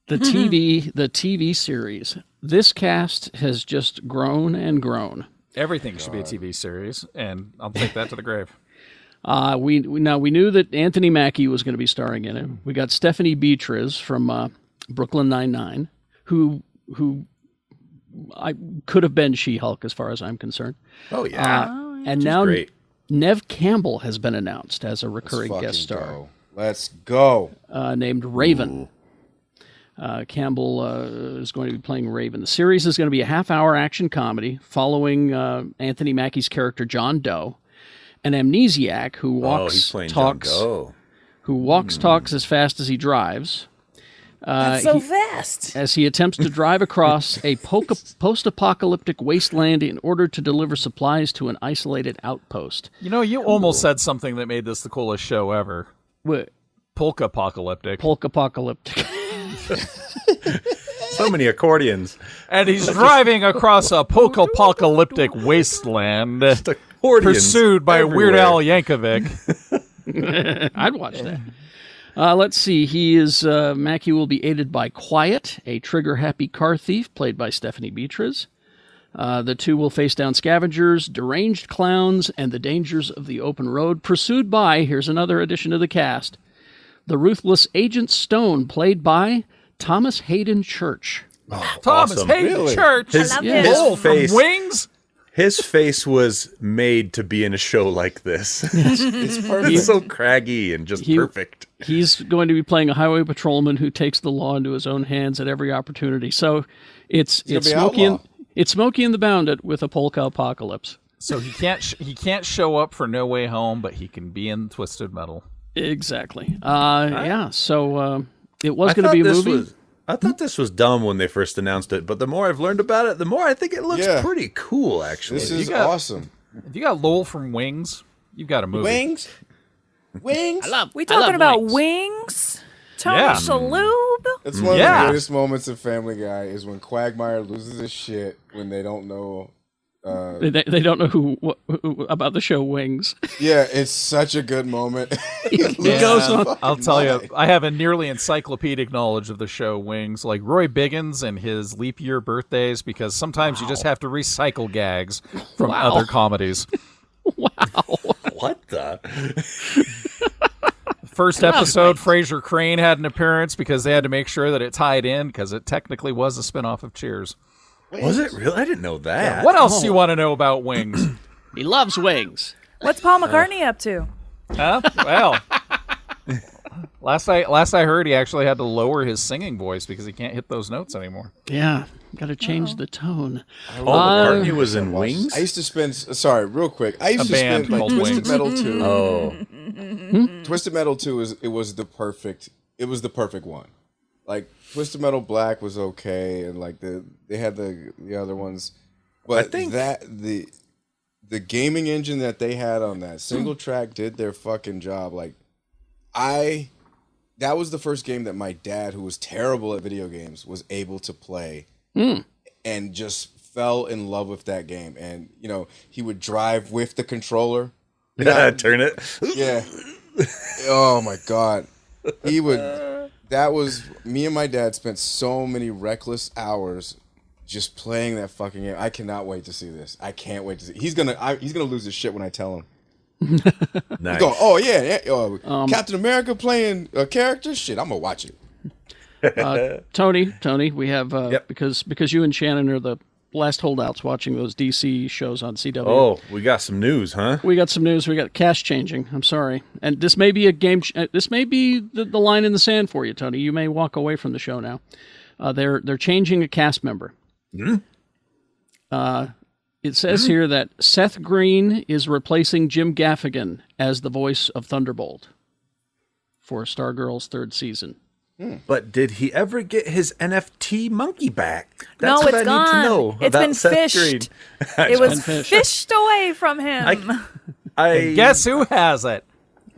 Speaker 2: the TV the TV series. This cast has just grown and grown.
Speaker 3: Everything should be a TV series, and I'll take that to the grave.
Speaker 2: Uh, we, we now we knew that Anthony Mackie was going to be starring in it. We got Stephanie Beatriz from uh, Brooklyn Nine Nine, who who I could have been She Hulk as far as I'm concerned.
Speaker 5: Oh yeah.
Speaker 2: and now
Speaker 5: great.
Speaker 2: Nev Campbell has been announced as a recurring
Speaker 7: Fucking
Speaker 2: guest star.
Speaker 7: go. Let's go.
Speaker 2: uh, named Raven. Uh, Campbell uh, is going to be playing Raven. The series is going to be a half hour action comedy following uh, Anthony Mackie's character John Doe, an amnesiac who
Speaker 5: oh,
Speaker 2: walks,
Speaker 5: he's playing
Speaker 2: talks,
Speaker 5: John Doe.
Speaker 2: who walks, talks as fast as he drives. Uh,
Speaker 9: so
Speaker 2: he-
Speaker 9: fast.
Speaker 2: as he attempts to drive across a poca- post-apocalyptic wasteland in order to deliver supplies to an isolated outpost.
Speaker 3: You know, you almost said something that made this the coolest show ever.
Speaker 2: Wh-
Speaker 3: Polka apocalyptic.
Speaker 2: Polk apocalyptic.
Speaker 5: So many accordions.
Speaker 3: and he's driving across a polka apocalyptic wasteland
Speaker 5: Accordions
Speaker 3: pursued by Weird
Speaker 5: everywhere.
Speaker 3: Al Yankovic.
Speaker 2: I'd watch that. Uh, let's see. He is uh, Mackie will be aided by Quiet, a trigger-happy car thief played by Stephanie Beatriz. Uh, the two will face down scavengers, deranged clowns, and the dangers of the open road, pursued by here's another addition to the cast: the ruthless Agent Stone, played by Thomas Hayden Church.
Speaker 3: Thomas
Speaker 5: Awesome.
Speaker 3: Hayden Church.
Speaker 5: His,
Speaker 9: love
Speaker 5: his
Speaker 9: this.
Speaker 3: Oh, from
Speaker 5: face,
Speaker 3: Wings.
Speaker 5: his face was made to be in a show like this.
Speaker 7: It's
Speaker 5: He's
Speaker 7: perfect.
Speaker 5: so craggy and just
Speaker 2: He-
Speaker 5: perfect.
Speaker 2: He's going to be playing a highway patrolman who takes the law into his own hands at every opportunity. So it's
Speaker 7: gonna
Speaker 2: it's
Speaker 7: be
Speaker 2: Smokey and
Speaker 7: outlaw.
Speaker 2: it's Smokey and the Bandit with a polka apocalypse.
Speaker 3: So he can't sh- he can't show up for No Way Home, but he can be in Twisted Metal.
Speaker 2: Exactly. Uh, yeah. So um, it was
Speaker 5: I
Speaker 2: going to
Speaker 5: thought
Speaker 2: be a
Speaker 5: this
Speaker 2: movie.
Speaker 5: was- I thought this was dumb when they first announced it, but the more I've learned about it, the more I think it looks
Speaker 7: Yeah.
Speaker 5: pretty cool. Actually,
Speaker 7: This is
Speaker 3: got-
Speaker 7: awesome.
Speaker 3: If you got Lowell from Wings, you've got a movie.
Speaker 7: Wings? Wings.
Speaker 2: I love.
Speaker 6: We
Speaker 2: I love
Speaker 6: talking about
Speaker 2: wings.
Speaker 6: wings? Tony
Speaker 3: Yeah.
Speaker 6: Shalhoub?
Speaker 7: It's one of
Speaker 3: Yeah.
Speaker 7: the greatest moments of Family Guy is when Quagmire loses his shit when they don't know. Uh,
Speaker 2: They, they don't know who, wh- who about the show Wings.
Speaker 7: yeah, it's such a good moment.
Speaker 2: He goes on.
Speaker 3: I'll tell you, I have a nearly encyclopedic knowledge of the show Wings, like Roy Biggins and his leap year birthdays, because sometimes you just have to recycle gags from
Speaker 2: Wow.
Speaker 3: other comedies.
Speaker 5: What the?
Speaker 3: First episode, Fraser Crane had an appearance because they had to make sure that it tied in because it technically was a spinoff of Cheers.
Speaker 5: Was it real? I didn't know that.
Speaker 6: Oh.
Speaker 3: What else do you want to know about Wings?
Speaker 2: He loves wings.
Speaker 6: What's Paul McCartney up to?
Speaker 3: Huh? Well, last I last I heard, he actually had to lower his singing voice because he can't hit those notes anymore.
Speaker 2: Yeah, got to
Speaker 5: Oh.
Speaker 2: change the tone.
Speaker 5: Paul McCartney was in Wings?
Speaker 7: I used to spend. Sorry, real quick. I used
Speaker 3: A
Speaker 7: to
Speaker 3: band Hmm?
Speaker 7: spend like
Speaker 3: called
Speaker 7: Twisted
Speaker 3: Wings.
Speaker 7: Metal Two.
Speaker 5: oh.
Speaker 7: Twisted Metal Two is it was the perfect. It was the perfect one. Like Twisted Metal Black was okay, and like the they had the the other ones, but
Speaker 5: think-
Speaker 7: that the the gaming engine that they had on that single
Speaker 3: Hmm.
Speaker 7: track did their fucking job. Like I, that was the first game that my dad, who was terrible at video games, was able to play and just fell in love with that game. And you know, he would drive with the controller. You know,
Speaker 5: Turn it.
Speaker 7: yeah. Oh my god. He would that was me and my dad spent so many reckless hours just playing that fucking game. I cannot wait to see this. I can't wait to see. He's gonna I, he's gonna lose his shit when I tell him.
Speaker 5: Nice.
Speaker 7: Go, oh yeah, yeah uh, Captain America playing a character. Shit, I'm gonna watch it.
Speaker 2: Tony, Tony, we have uh,
Speaker 5: Yep.
Speaker 2: because because you and Shannon are the last holdouts watching those DC shows on CW.
Speaker 5: Oh, we got some news, huh?
Speaker 2: We got some news. We got cash changing. I'm sorry, and this may be a game. Ch- uh, this may be the, the line in the sand for you, Tony. You may walk away from the show now. Uh, they're they're changing a cast member. Uh, it says here that Seth Green is replacing Jim Gaffigan as the voice of Thunderbolt for Stargirl's third season.
Speaker 5: But did he ever get his NFT monkey back?
Speaker 6: No,
Speaker 5: That's what
Speaker 6: it's
Speaker 5: I
Speaker 6: gone.
Speaker 5: need to know.
Speaker 6: It's
Speaker 5: about
Speaker 6: been
Speaker 5: Seth
Speaker 6: fished.
Speaker 5: Green.
Speaker 6: It was
Speaker 2: Unfinished.
Speaker 6: fished away from him.
Speaker 5: I, I
Speaker 3: Guess who has it?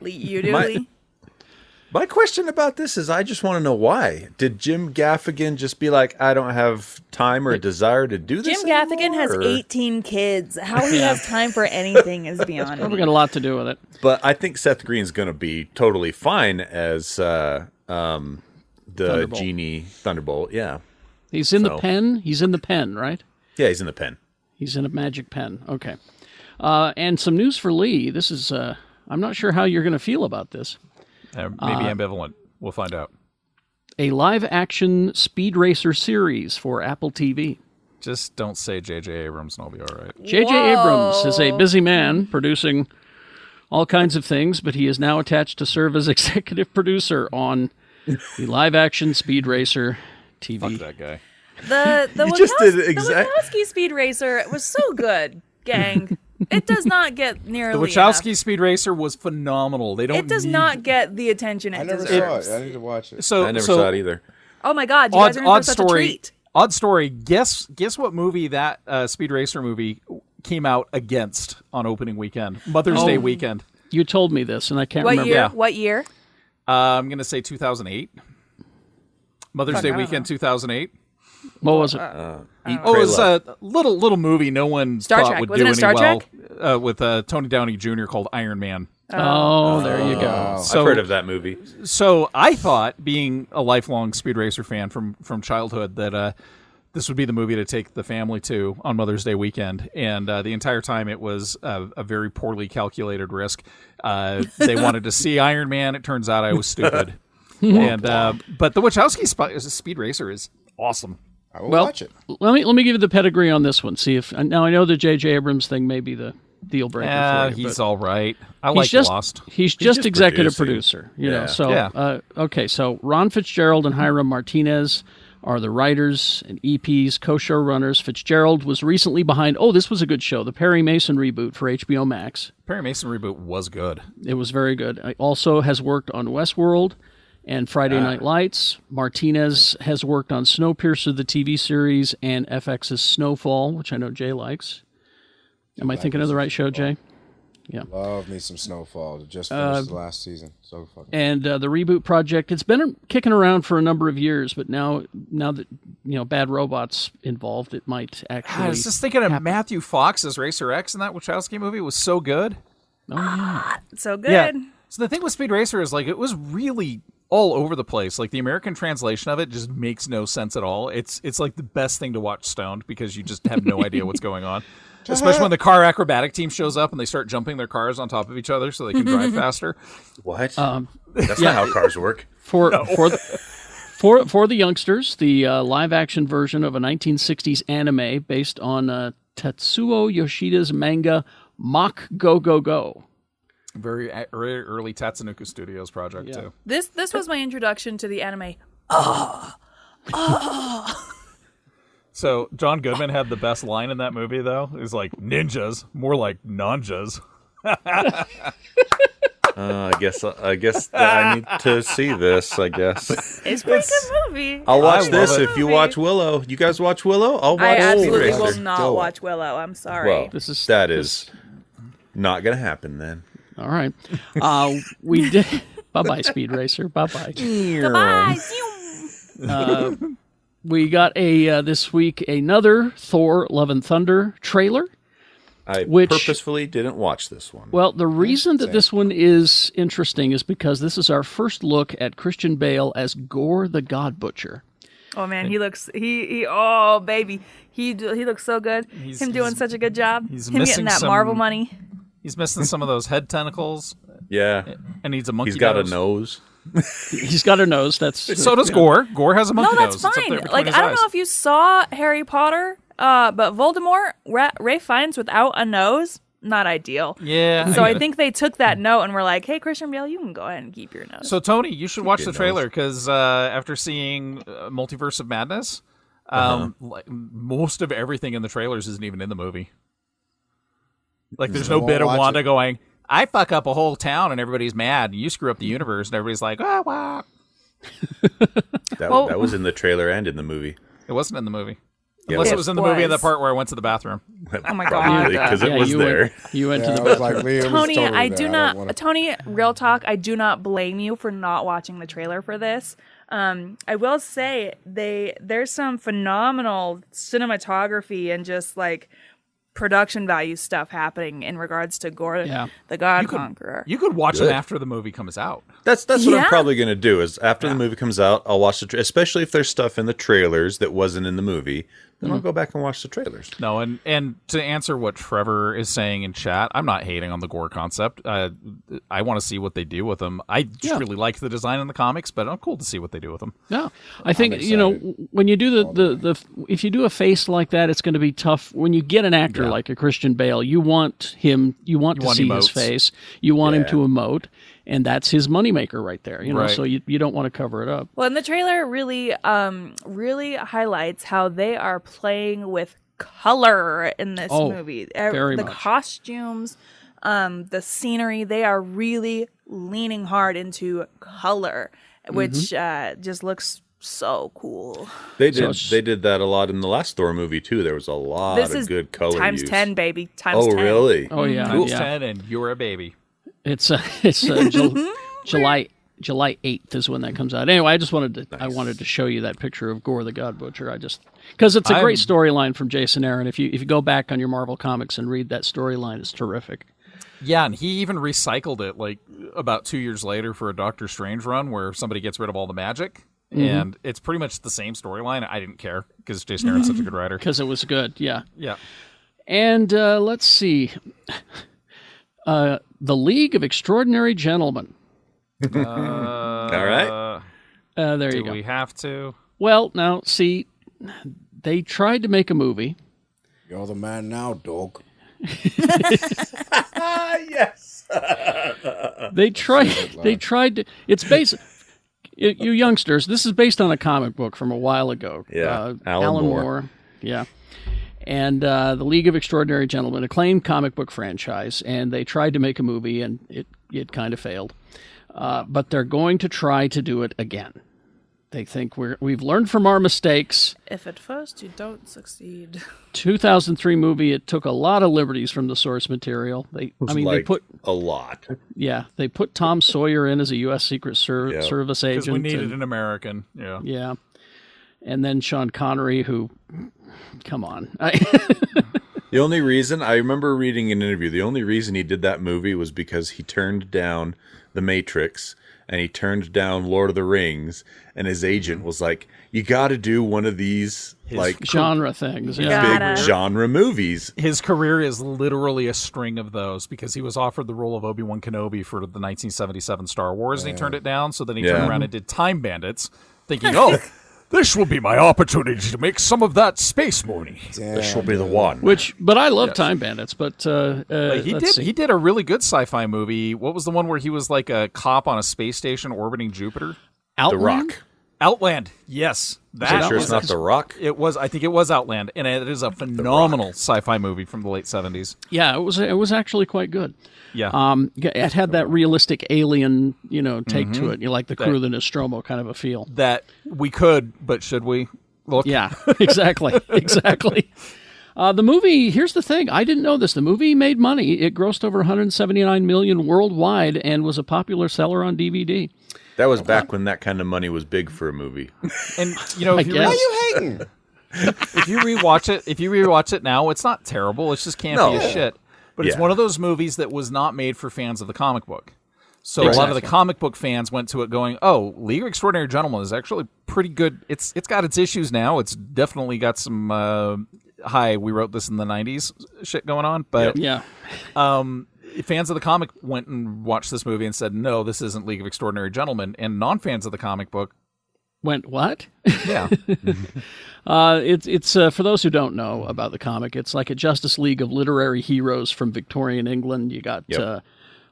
Speaker 6: Le- you do.
Speaker 5: My-
Speaker 6: Lee?
Speaker 5: My question about this is I just want to know why. Did Jim Gaffigan just be like, I don't have time or desire to
Speaker 6: Jim
Speaker 5: do this?
Speaker 6: Gaffigan
Speaker 5: anymore?"
Speaker 6: has
Speaker 5: Or-
Speaker 6: 18 kids. How he has time for anything is beyond
Speaker 2: Probably
Speaker 6: me.
Speaker 2: got a lot to do with it.
Speaker 5: But I think Seth Green's going to be totally fine as uh, um, the
Speaker 2: Thunderbolt.
Speaker 5: genie Thunderbolt. Yeah.
Speaker 2: He's in the
Speaker 5: So-
Speaker 2: pen. He's in the pen, right?
Speaker 5: Yeah, he's in the pen.
Speaker 2: He's in a magic pen. Okay. Uh, and some news for Lee. This is, uh, I'm not sure how you're going to feel about this.
Speaker 3: Uh, maybe ambivalent. We'll find out.
Speaker 2: A live action Speed Racer series for Apple TV.
Speaker 3: Just don't say J.J. Abrams, and I'll be all right.
Speaker 2: J.J. Abrams is a busy man producing all kinds of things, but he is now attached to serve as executive producer on the live action Speed Racer
Speaker 3: Fuck
Speaker 2: TV.
Speaker 3: that guy.
Speaker 6: The the,
Speaker 5: You
Speaker 6: Wachowski,
Speaker 5: just did
Speaker 6: the
Speaker 5: exact-
Speaker 6: Wachowski Speed Racer was so good, gang. it does not get
Speaker 3: The
Speaker 6: nearly
Speaker 3: Wachowski
Speaker 6: enough.
Speaker 3: Speed Racer was phenomenal. They don't.
Speaker 6: It does
Speaker 3: need-
Speaker 6: not get the attention it
Speaker 7: I never saw
Speaker 6: deserves.
Speaker 7: it. I need to watch it.
Speaker 3: So
Speaker 5: I never
Speaker 3: so
Speaker 5: saw it either.
Speaker 6: Oh my god, you
Speaker 3: odd,
Speaker 6: guys are in for
Speaker 3: odd
Speaker 6: such a
Speaker 3: story.
Speaker 6: treat.
Speaker 3: Odd story. Guess guess what movie that uh, Speed Racer movie came out against on opening weekend, Mother's
Speaker 6: Oh.
Speaker 3: Day weekend.
Speaker 2: You told me this, and I can't
Speaker 6: What
Speaker 2: remember.
Speaker 6: year?
Speaker 3: Yeah.
Speaker 6: What year?
Speaker 3: Uh, I'm gonna say 2008. Mother's Day weekend 2008.
Speaker 2: What was it?
Speaker 5: Eat,
Speaker 3: Oh,
Speaker 5: Pray,
Speaker 3: it was
Speaker 5: Love.
Speaker 3: a little little movie no one
Speaker 6: Star
Speaker 3: thought
Speaker 6: Trek.
Speaker 3: would
Speaker 6: Wasn't
Speaker 3: do
Speaker 6: it Star
Speaker 3: any well uh, with uh, Tony Downey Jr. called Iron Man.
Speaker 2: oh, there you go.
Speaker 7: Wow.
Speaker 3: So
Speaker 5: I've heard of that movie.
Speaker 3: so I thought, being a lifelong Speed Racer fan from from childhood, that uh, this would be the movie to take the family to on Mother's Day weekend. And uh, the entire time, it was a, a very poorly calculated risk. Uh, they wanted to see Iron Man. It turns out I was stupid.
Speaker 2: Oh,
Speaker 3: and uh, but the Wachowski sp- is a Speed Racer is awesome.
Speaker 7: I will
Speaker 2: Well-
Speaker 7: watch it.
Speaker 2: Let me let me give you the pedigree on this one. See if now I know the J.J. Abrams thing may be the deal breaker.
Speaker 3: Uh,
Speaker 2: for you, but
Speaker 3: he's all right. I
Speaker 2: he's
Speaker 3: like
Speaker 2: just
Speaker 3: Lost.
Speaker 2: he's just
Speaker 5: just
Speaker 2: executive
Speaker 5: producing.
Speaker 2: producer. You know,
Speaker 5: Yeah.
Speaker 2: so
Speaker 3: Yeah.
Speaker 2: Uh, okay, so Ron Fitzgerald and Hiram Martinez are the writers and E EPs, co-showrunners. Fitzgerald was recently behind. Oh, this was a good show, the Perry Mason reboot for HBO Max.
Speaker 3: Perry Mason reboot was good.
Speaker 2: It was very good. I also has worked on Westworld and Friday Night Lights. Martinez has worked on Snowpiercer, the TV series, and FX's Snowfall, which I know Jay likes. Am I thinking of the right show, Jay? Yeah.
Speaker 7: Love me some Snowfall. It Just finished the last season. So fucking.
Speaker 2: and uh, the reboot project. It's been kicking around for a number of years, but now now that you know Bad Robot's involved, it might actually.
Speaker 3: I was just thinking of Matthew Fox's Racer X in that Wachowski movie was so good.
Speaker 6: So good.
Speaker 3: So the thing with Speed Racer is like it was really all over the place. Like the American translation of it just makes no sense at all. It's it's like the best thing to watch stoned because you just have no idea what's going on. Especially when the car acrobatic team shows up and they start jumping their cars on top of each other so they can drive faster.
Speaker 5: What?
Speaker 2: Um,
Speaker 5: That's not how cars work.
Speaker 2: for for the, for for the youngsters, the uh, live action version of a 1960s anime based on uh, Tetsuo Yoshida's manga Mock Go Go Go.
Speaker 3: Very, a- very early Tatsunoko Studios project too.
Speaker 6: This this was my introduction to the anime.
Speaker 3: So John Goodman had the best line in that movie though. Is like ninjas, more like nanjas.
Speaker 5: Uh, I guess I guess that I need to see this. I guess
Speaker 6: It's a pretty good movie.
Speaker 5: I'll watch
Speaker 3: love
Speaker 5: this
Speaker 3: it.
Speaker 5: if you watch Willow. You guys watch Willow? I'll watch
Speaker 6: I
Speaker 5: Speed
Speaker 6: absolutely
Speaker 5: Racer.
Speaker 6: will not
Speaker 7: Dope.
Speaker 6: watch Willow. I'm sorry.
Speaker 5: Well,
Speaker 2: This is-
Speaker 5: that is not gonna happen then.
Speaker 2: All right, uh, we did. bye bye, Speed Racer. Bye bye.
Speaker 5: uh,
Speaker 6: Goodbye.
Speaker 2: We got a uh, this week another Thor Love and Thunder trailer.
Speaker 5: I
Speaker 2: Which-
Speaker 5: purposefully didn't watch this one.
Speaker 2: Well, the reason that this one is interesting is because this is our first look at Christian Bale as Gore the God Butcher.
Speaker 6: Oh man, he looks he he oh baby, he do- he looks so good. Him doing such a good job.
Speaker 3: he's
Speaker 6: Him
Speaker 3: missing
Speaker 6: getting that
Speaker 3: some-
Speaker 6: Marvel money.
Speaker 3: He's missing some of those head tentacles
Speaker 5: yeah,
Speaker 3: and needs a monkey.
Speaker 5: he's got a
Speaker 3: nose.
Speaker 5: nose.
Speaker 2: He's got a nose. That's
Speaker 3: So does Gore. Gore has a monkey
Speaker 6: No,
Speaker 3: nose.
Speaker 6: that's
Speaker 3: It's up
Speaker 6: fine.
Speaker 3: there between
Speaker 6: Like
Speaker 3: his
Speaker 6: I don't
Speaker 3: eyes.
Speaker 6: know if you saw Harry Potter, uh, but Voldemort, Ra- Ray Fiennes without a nose, not ideal.
Speaker 3: Yeah.
Speaker 6: So
Speaker 3: I
Speaker 6: I think they took that note and were like, "Hey, Christian Bale, you can go ahead and keep your nose."
Speaker 3: So Tony, you should watch the trailer because uh, after seeing uh, Multiverse of Madness,
Speaker 7: Uh-huh.
Speaker 3: um, like, most of everything in the trailers isn't even in the movie. Like, there's no
Speaker 7: won't
Speaker 3: bit of
Speaker 7: watch
Speaker 3: Wanda
Speaker 7: it.
Speaker 3: going, "I fuck up a whole town and everybody's mad, and you screw up
Speaker 7: Mm-hmm.
Speaker 3: the universe," and everybody's like, "Ah, wow."
Speaker 5: That,
Speaker 6: Well-
Speaker 5: that was in the trailer and in the movie.
Speaker 3: It wasn't in the movie.
Speaker 5: Yeah,
Speaker 3: Unless
Speaker 5: it
Speaker 3: it was in the movie in the
Speaker 6: was.
Speaker 3: part where I went to the bathroom.
Speaker 6: oh my god.
Speaker 5: because it
Speaker 2: yeah,
Speaker 5: was
Speaker 2: you
Speaker 5: there.
Speaker 2: Went, you went to
Speaker 7: Yeah, I
Speaker 2: the
Speaker 7: was like, Leah was
Speaker 6: Tony,
Speaker 7: totally
Speaker 6: I
Speaker 7: there.
Speaker 6: do
Speaker 7: don't
Speaker 6: not.
Speaker 7: wanna-
Speaker 6: Tony, real talk. I do not blame you for not watching the trailer for this. Um, I will say they there's some phenomenal cinematography and just like production value stuff happening in regards to Gore,
Speaker 2: Yeah.
Speaker 6: the God
Speaker 3: You could-
Speaker 6: Conqueror.
Speaker 3: You could watch them
Speaker 5: Good.
Speaker 3: after the movie comes out.
Speaker 5: That's that's what
Speaker 6: Yeah.
Speaker 5: I'm probably gonna do. Is after the movie comes out, I'll watch the tra- especially if there's stuff in the trailers that wasn't in the movie. Then
Speaker 2: Mm-hmm.
Speaker 5: I'll go back and watch the trailers.
Speaker 3: No, and and to answer what Trevor is saying in chat, I'm not hating on the gore concept. Uh, I want to see what they do with them. I just really like the design in the comics, but I'm cool to see what they do with them.
Speaker 2: No, I think you know when you do
Speaker 7: Oh,
Speaker 2: the, the the if you do a face like that, it's going to be tough. When you get an actor like a Christian Bale, you want him, you want to
Speaker 3: want
Speaker 2: see his
Speaker 3: emotes.
Speaker 2: face, you want him to emote, and that's his moneymaker right there. You know,
Speaker 3: Right.
Speaker 2: so you, you don't want to cover it up.
Speaker 6: Well, and the trailer really, um, really highlights how they are playing with color in this
Speaker 2: Oh,
Speaker 6: movie. Ev-
Speaker 2: very
Speaker 6: the
Speaker 2: much.
Speaker 6: costumes, um, the scenery, they are really leaning hard into color, which
Speaker 2: Mm-hmm.
Speaker 6: uh, just looks so cool.
Speaker 5: They did
Speaker 2: it's-
Speaker 5: they did that a lot in the last Thor movie too. There was a lot
Speaker 6: this
Speaker 5: of
Speaker 6: is
Speaker 5: good color
Speaker 6: times
Speaker 5: use.
Speaker 6: ten, baby. Times
Speaker 5: Oh
Speaker 6: ten.
Speaker 5: really?
Speaker 2: Oh yeah,
Speaker 3: Cool.
Speaker 2: yeah.
Speaker 3: Ten and you're a baby.
Speaker 2: It's uh, it's uh, Jul- July July eighth is when that comes out. Anyway, I just wanted to I wanted to show you that picture of Gore the God Butcher. I just because it's a great
Speaker 3: I'm-
Speaker 2: storyline from Jason Aaron. If you if you go back on your Marvel comics and read that storyline, it's terrific.
Speaker 3: Yeah, and he even recycled it like about two years later for a Doctor Strange run where somebody gets rid of all the magic, and it's pretty much the same storyline. I didn't care because Jason Aaron's such a good writer.
Speaker 2: Because it was good, yeah.
Speaker 3: Yeah,
Speaker 2: And uh, let's see. Uh, the League of Extraordinary Gentlemen.
Speaker 5: All right.
Speaker 2: Uh, there you
Speaker 3: do
Speaker 2: go.
Speaker 3: we have to?
Speaker 2: Well, now, see, they tried to make a movie.
Speaker 7: You're the man now, dog.
Speaker 2: They tried. They tried to. It's based. you you youngsters, this is based on a comic book from a while ago. uh,
Speaker 5: Yeah, Alan Moore.
Speaker 2: Yeah. And uh, the League of Extraordinary Gentlemen, acclaimed comic book franchise, and they tried to make a movie, and it it kind of failed. Uh, but they're going to try to do it again. They think we're, we've learned from our mistakes.
Speaker 6: If at first you don't succeed,
Speaker 2: 2003 movie. It took a lot of liberties from the source material. They, I mean, they
Speaker 5: like,
Speaker 2: put
Speaker 5: a lot.
Speaker 2: yeah, they put Tom Sawyer in as a U.S. Secret Ser-
Speaker 5: Yeah.
Speaker 2: Service agent.
Speaker 3: because we needed
Speaker 2: and-
Speaker 3: an American. Yeah.
Speaker 2: Yeah. And then Sean Connery, who, come on. I,
Speaker 5: The only reason I remember reading an interview, the only reason he did that movie was because he turned down The Matrix and he turned down Lord of the Rings, and his agent was like, "You got to do one of these like
Speaker 2: genre things. Yeah.
Speaker 5: big
Speaker 8: Gotta.
Speaker 5: genre movies."
Speaker 3: His career is literally a string of those because he was offered the role of Obi Wan Kenobi for the 1977 Star Wars and he turned it down. So then he
Speaker 5: Yeah.
Speaker 3: turned around and did Time Bandits, thinking, oh, this will be my opportunity to make some of that space money.
Speaker 5: This will be the one.
Speaker 2: Which, but I love Time Bandits. But uh, uh,
Speaker 3: He
Speaker 2: let's
Speaker 3: did.
Speaker 2: see.
Speaker 3: He did a really good sci-fi movie. What was the one where he was like a cop on a space station orbiting Jupiter?
Speaker 5: the
Speaker 2: Outland?
Speaker 5: Rock.
Speaker 3: Outland. Yes, that
Speaker 5: I'm sure
Speaker 3: was
Speaker 5: it's not The Rock.
Speaker 3: It was. I think it was Outland, and it is a phenomenal sci-fi movie from the late seventies.
Speaker 2: Yeah, it was. It was actually quite good.
Speaker 3: Yeah.
Speaker 2: Um, it had that realistic alien, you know, take to it. You know, like the crew of the Nostromo kind of a feel.
Speaker 3: that we could, but should we look?
Speaker 2: Yeah, exactly, exactly. Uh, the movie. Here's the thing. I didn't know this. The movie made money. It grossed over 179 million worldwide and was a popular seller on DVD.
Speaker 5: That was back when that kind of money was big for a movie.
Speaker 3: And you know, if you,
Speaker 2: guess.
Speaker 3: re-
Speaker 7: you hating?
Speaker 3: if you rewatch it, if you rewatch it now, it's not terrible. It's just campy
Speaker 5: No.
Speaker 3: as shit. But it's
Speaker 5: Yeah.
Speaker 3: one of those movies that was not made for fans of the comic book. So a lot of the comic book fans went to it going, "Oh, League of Extraordinary Gentlemen is actually pretty good. It's it's got its issues now. It's definitely got some uh, hi, we wrote this in the '90s shit going on, but
Speaker 2: Yeah.
Speaker 3: fans of the comic went and watched this movie and said, "No, this isn't League of Extraordinary Gentlemen." And non-fans of the comic book,
Speaker 2: Went what?
Speaker 3: yeah,
Speaker 2: Uh, it's it's uh, for those who don't know about the comic. It's like a Justice League of literary heroes from Victorian England. You got uh,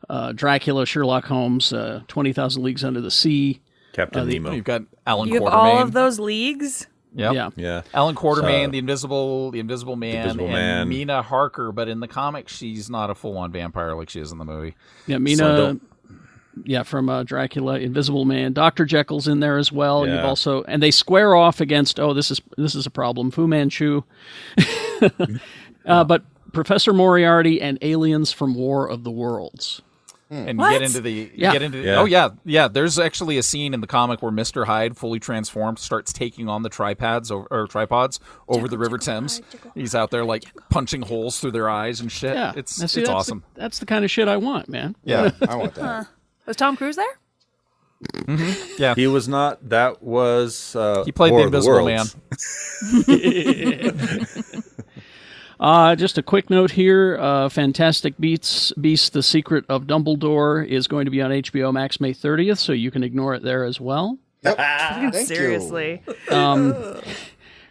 Speaker 2: uh, Dracula, Sherlock Holmes, uh, Twenty Thousand Leagues Under the Sea.
Speaker 5: Captain Nemo.
Speaker 3: you've got Alan
Speaker 8: You have
Speaker 3: Quartermain.
Speaker 8: all of those leagues.
Speaker 3: Yep.
Speaker 2: Yeah,
Speaker 5: Yeah.
Speaker 3: Alan Quartermain, the Invisible, the Invisible Man,
Speaker 5: Invisible
Speaker 3: and
Speaker 5: Man.
Speaker 3: Mina Harker. But in the comic, she's not a full-on vampire like she is in the movie.
Speaker 2: yeah, Mina.
Speaker 5: So don't-
Speaker 2: yeah, from uh, Dracula, Invisible Man, Doctor Jekyll's in there as well. You've
Speaker 5: Yeah.
Speaker 2: also and they square off against oh this is this is a problem Fu Manchu, uh, but Professor Moriarty and aliens from War of the Worlds.
Speaker 3: And you
Speaker 8: Hmm. What?
Speaker 3: get into the you
Speaker 2: Yeah.
Speaker 3: get into the,
Speaker 5: Yeah.
Speaker 3: oh yeah yeah. There's actually a scene in the comic where Mister Hyde, fully transformed, starts taking on the tripods over, or tripods over the River Thames. He's out there like punching holes through their eyes and shit.
Speaker 2: Yeah,
Speaker 3: it's
Speaker 2: Now,
Speaker 3: it's
Speaker 2: see, that's the-
Speaker 3: awesome.
Speaker 2: that's the kind of shit I want, man.
Speaker 7: Yeah, I want that.
Speaker 8: Was Tom Cruise there?
Speaker 5: He was not. That was. Uh,
Speaker 3: He played
Speaker 5: War
Speaker 3: the
Speaker 5: of the
Speaker 3: Invisible Man.
Speaker 5: Worlds.
Speaker 2: Uh, just a quick note here: uh, Fantastic Beasts, Beasts: The Secret of Dumbledore is going to be on HBO Max May 30th, so you can ignore it there as well.
Speaker 7: Thank you.
Speaker 8: Seriously.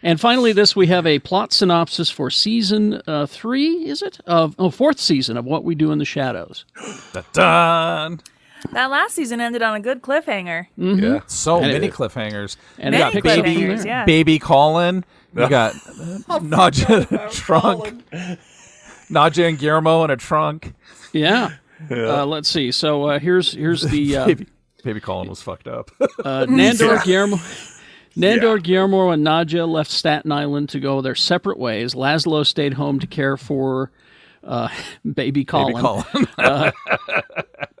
Speaker 2: And finally, this we have a plot synopsis for season uh, three, is it? Of oh, fourth season of What We Do in the Shadows.
Speaker 3: Dun!
Speaker 8: That last season ended on a good cliffhanger.
Speaker 3: Mm-hmm.
Speaker 5: Yeah.
Speaker 3: So
Speaker 2: it
Speaker 3: many
Speaker 2: is.
Speaker 3: cliffhangers.
Speaker 2: And
Speaker 8: Many
Speaker 2: it picks up from
Speaker 8: cliffhangers,
Speaker 2: there.
Speaker 8: yeah.
Speaker 3: baby Colin. You got Nadja in a trunk. Nadja and Guillermo in a trunk.
Speaker 2: Yeah. Uh, let's see. So uh, here's here's the uh,
Speaker 3: Baby, baby Colin was fucked up.
Speaker 2: uh, Nandor Guillermo. Nandor Guillermo and Nadja left Staten Island to go their separate ways. Laszlo stayed home to care for uh, baby Colin.
Speaker 3: baby Colin.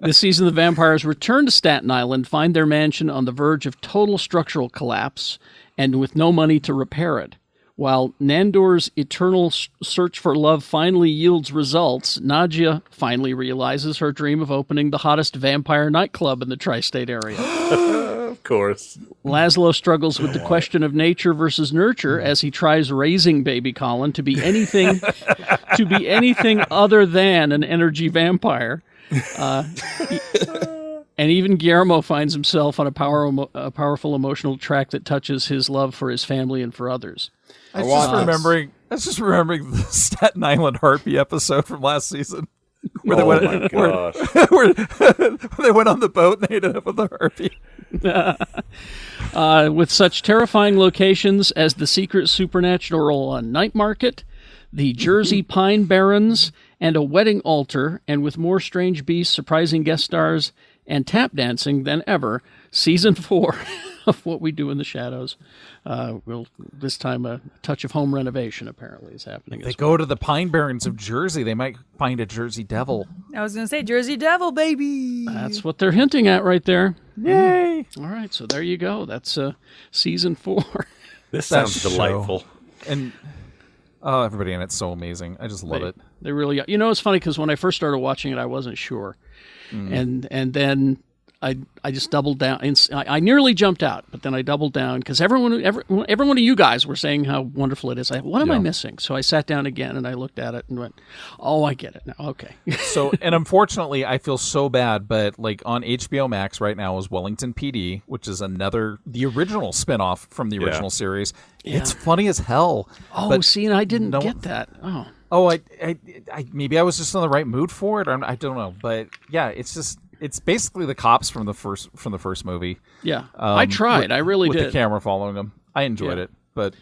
Speaker 2: This season, the vampires return to Staten Island, find their mansion on the verge of total structural collapse, and with no money to repair it. While Nandor's eternal s- search for love finally yields results, Nadia finally realizes her dream of opening the hottest vampire nightclub in the tri state area.
Speaker 5: Of course.
Speaker 2: Laszlo struggles with the question of nature versus nurture as he tries raising baby Colin to be anything to be anything other than an energy vampire. Uh, And even Guillermo finds himself on a, power, a powerful emotional track that touches his love for his family and for others.
Speaker 7: I
Speaker 3: That's
Speaker 7: want
Speaker 3: just
Speaker 7: this.
Speaker 3: remembering. That's just remembering the Staten Island Harpy episode from last season. Where they
Speaker 5: oh
Speaker 3: went,
Speaker 5: my gosh.
Speaker 3: where, where they went on the boat and they ended up with the harpy.
Speaker 2: Uh, with such terrifying locations as the secret supernatural uh, night market, the Jersey Pine Barrens, and a wedding altar, and with more strange beasts, surprising guest stars, and tap dancing than ever. Season four of What We Do in the Shadows. Uh, we'll this time a touch of home renovation apparently is happening.
Speaker 3: They go to the Pine Barrens of Jersey. They might find a Jersey Devil.
Speaker 8: I was gonna say Jersey Devil, baby.
Speaker 2: That's what they're hinting at right there.
Speaker 3: Yay!
Speaker 2: All right, so there you go. That's uh, season four.
Speaker 5: This
Speaker 3: That
Speaker 5: sounds
Speaker 3: show.
Speaker 5: delightful.
Speaker 3: And oh, everybody in it's so amazing. I just love it.
Speaker 2: They really, you know, it's funny because when I first started watching it, I wasn't sure,
Speaker 3: Mm.
Speaker 2: and and then I I just doubled down. And I, I nearly jumped out, but then I doubled down because everyone every, every one of you guys were saying how wonderful it is. I what am I missing? So I sat down again and I looked at it and went, oh, I get it now. Okay,
Speaker 3: So, and unfortunately, I feel so bad, but like on HBO Max right now is Wellington PD, which is another the original spinoff from the original series. It's funny as hell.
Speaker 2: oh,
Speaker 3: but,
Speaker 2: see, and I didn't
Speaker 3: no-
Speaker 2: get that. Oh,
Speaker 3: oh, I, I, I, maybe I was just in the right mood for it. Or I'm- I don't know, but yeah, it's just it's basically the cops from the first from the first movie.
Speaker 2: yeah, I
Speaker 3: um,
Speaker 2: tried.
Speaker 3: with-
Speaker 2: I really
Speaker 3: with
Speaker 2: did.
Speaker 3: the camera following them. I enjoyed
Speaker 2: Yeah.
Speaker 3: it, but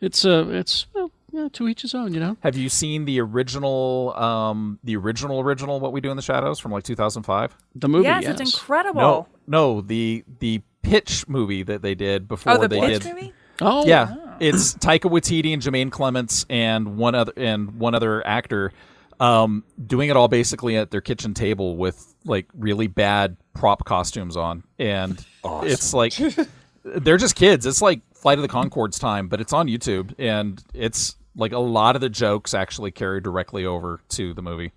Speaker 2: It's uh, it's well, yeah, to each his own, you know.
Speaker 3: Have you seen the original, um, the original original What We Do in the Shadows from like 2005?
Speaker 2: The movie,
Speaker 8: yes,
Speaker 2: yes,
Speaker 8: it's incredible.
Speaker 3: No, no, the the pitch movie that they did before
Speaker 8: Oh, the
Speaker 3: they
Speaker 8: Pitch
Speaker 3: did.
Speaker 8: movie.
Speaker 2: Oh,
Speaker 3: Yeah, it's Taika Waititi and Jermaine Clements and one other and one other actor, um, doing it all basically at their kitchen table with like really bad prop costumes on, and it's like they're just kids. It's like Flight of the Concords time, but it's on YouTube, and it's like a lot of the jokes actually carry directly over to the movie.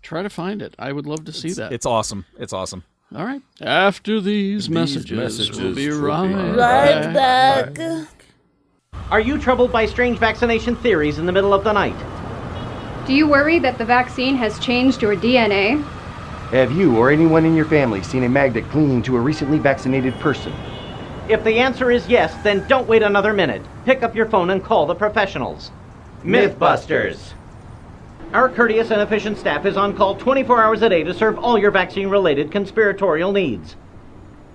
Speaker 2: Try to find it. I would love to see that.
Speaker 3: It's awesome. It's awesome.
Speaker 2: All right. After these, messages, we'll
Speaker 5: messages
Speaker 2: be
Speaker 5: will be
Speaker 2: right,
Speaker 5: right
Speaker 2: back.
Speaker 9: Are you troubled by strange vaccination theories in the middle of the night?
Speaker 10: Do you worry that the vaccine has changed your DNA?
Speaker 9: Have you or anyone in your family seen a magnet clinging to a recently vaccinated person? If the answer is yes, then don't wait another minute. Pick up your phone and call the professionals. Mythbusters. Our courteous and efficient staff is on call 24 hours a day to serve all your vaccine related conspiratorial needs.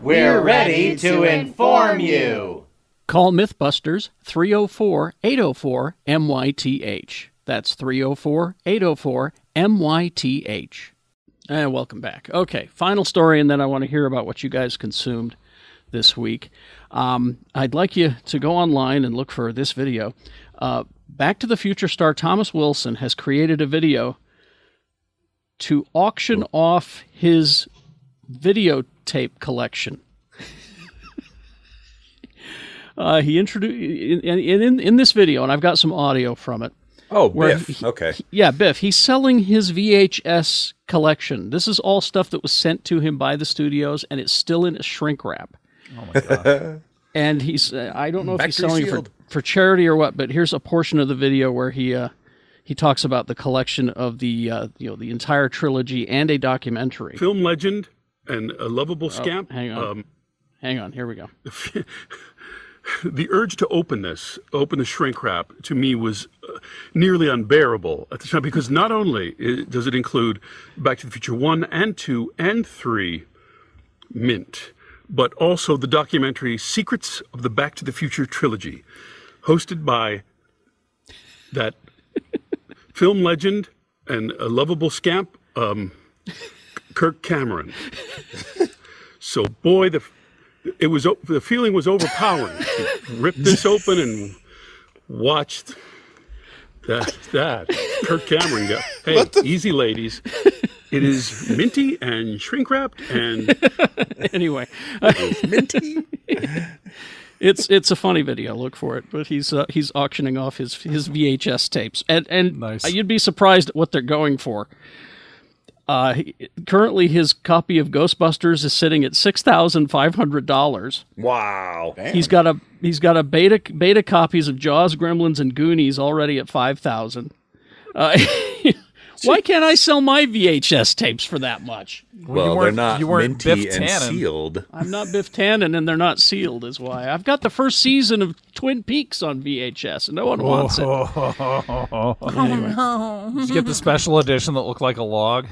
Speaker 9: We're ready to inform you.
Speaker 2: Call Mythbusters 304 804 MYTH. That's 304 804 MYTH. And welcome back. Okay, final story, and then I want to hear about what you guys consumed this week. Um, I'd like you to go online and look for this video. Uh, Back to the Future star Thomas Wilson has created a video to auction off his videotape collection. Uh, he introduced in, in, in in this video, and I've got some audio from it.
Speaker 5: Oh,
Speaker 2: Where
Speaker 5: Biff.
Speaker 2: he-
Speaker 5: okay.
Speaker 2: Yeah, Biff. He's selling his VHS collection. This is all stuff that was sent to him by the studios, and it's still in a shrink wrap. Oh my god! and he's—I don't know if he's
Speaker 5: Factory
Speaker 2: selling
Speaker 5: sealed.
Speaker 2: it for for charity or what, but here's a portion of the video where he uh, he talks about the collection of the uh, you know the entire trilogy and a documentary.
Speaker 11: film legend and a lovable scamp.
Speaker 2: Hang on, hang on. Here we go.
Speaker 11: The urge to open this, open the shrink wrap, to me was uh, nearly unbearable at the time because not only i- does it include Back to the Future 1 and 2 and 3 mint, but also the documentary Secrets of the Back to the Future trilogy, hosted by that film legend and a lovable scamp, um, Kirk Cameron. So boy, the it was o- the feeling was overpowering. to Rip this open and watched that that Kirk Cameron go. Hey, easy ladies. It is minty and shrink wrapped and
Speaker 2: anyway, it's it's a funny video. Look for it. But he's uh, he's auctioning off his his VHS tapes, and and
Speaker 3: Nice.
Speaker 2: you'd be surprised at what they're going for. Uh, he- currently, his copy of Ghostbusters is sitting at six thousand five hundred dollars.
Speaker 5: Wow.
Speaker 2: He's got a he's got a beta beta copies of Jaws, Gremlins, and Goonies already at five thousand. Uh, why can't I sell my VHS tapes for that much?
Speaker 5: Well, they're
Speaker 3: weren't-
Speaker 5: not
Speaker 3: you weren't
Speaker 5: minty
Speaker 3: Biff
Speaker 5: and
Speaker 3: Tannen.
Speaker 5: sealed.
Speaker 2: I'm not Biff Tannen, and they're not sealed, is why. I've got the first season of Twin Peaks on VHS, and no one wants it.
Speaker 3: Did you get the special edition that looked like a log?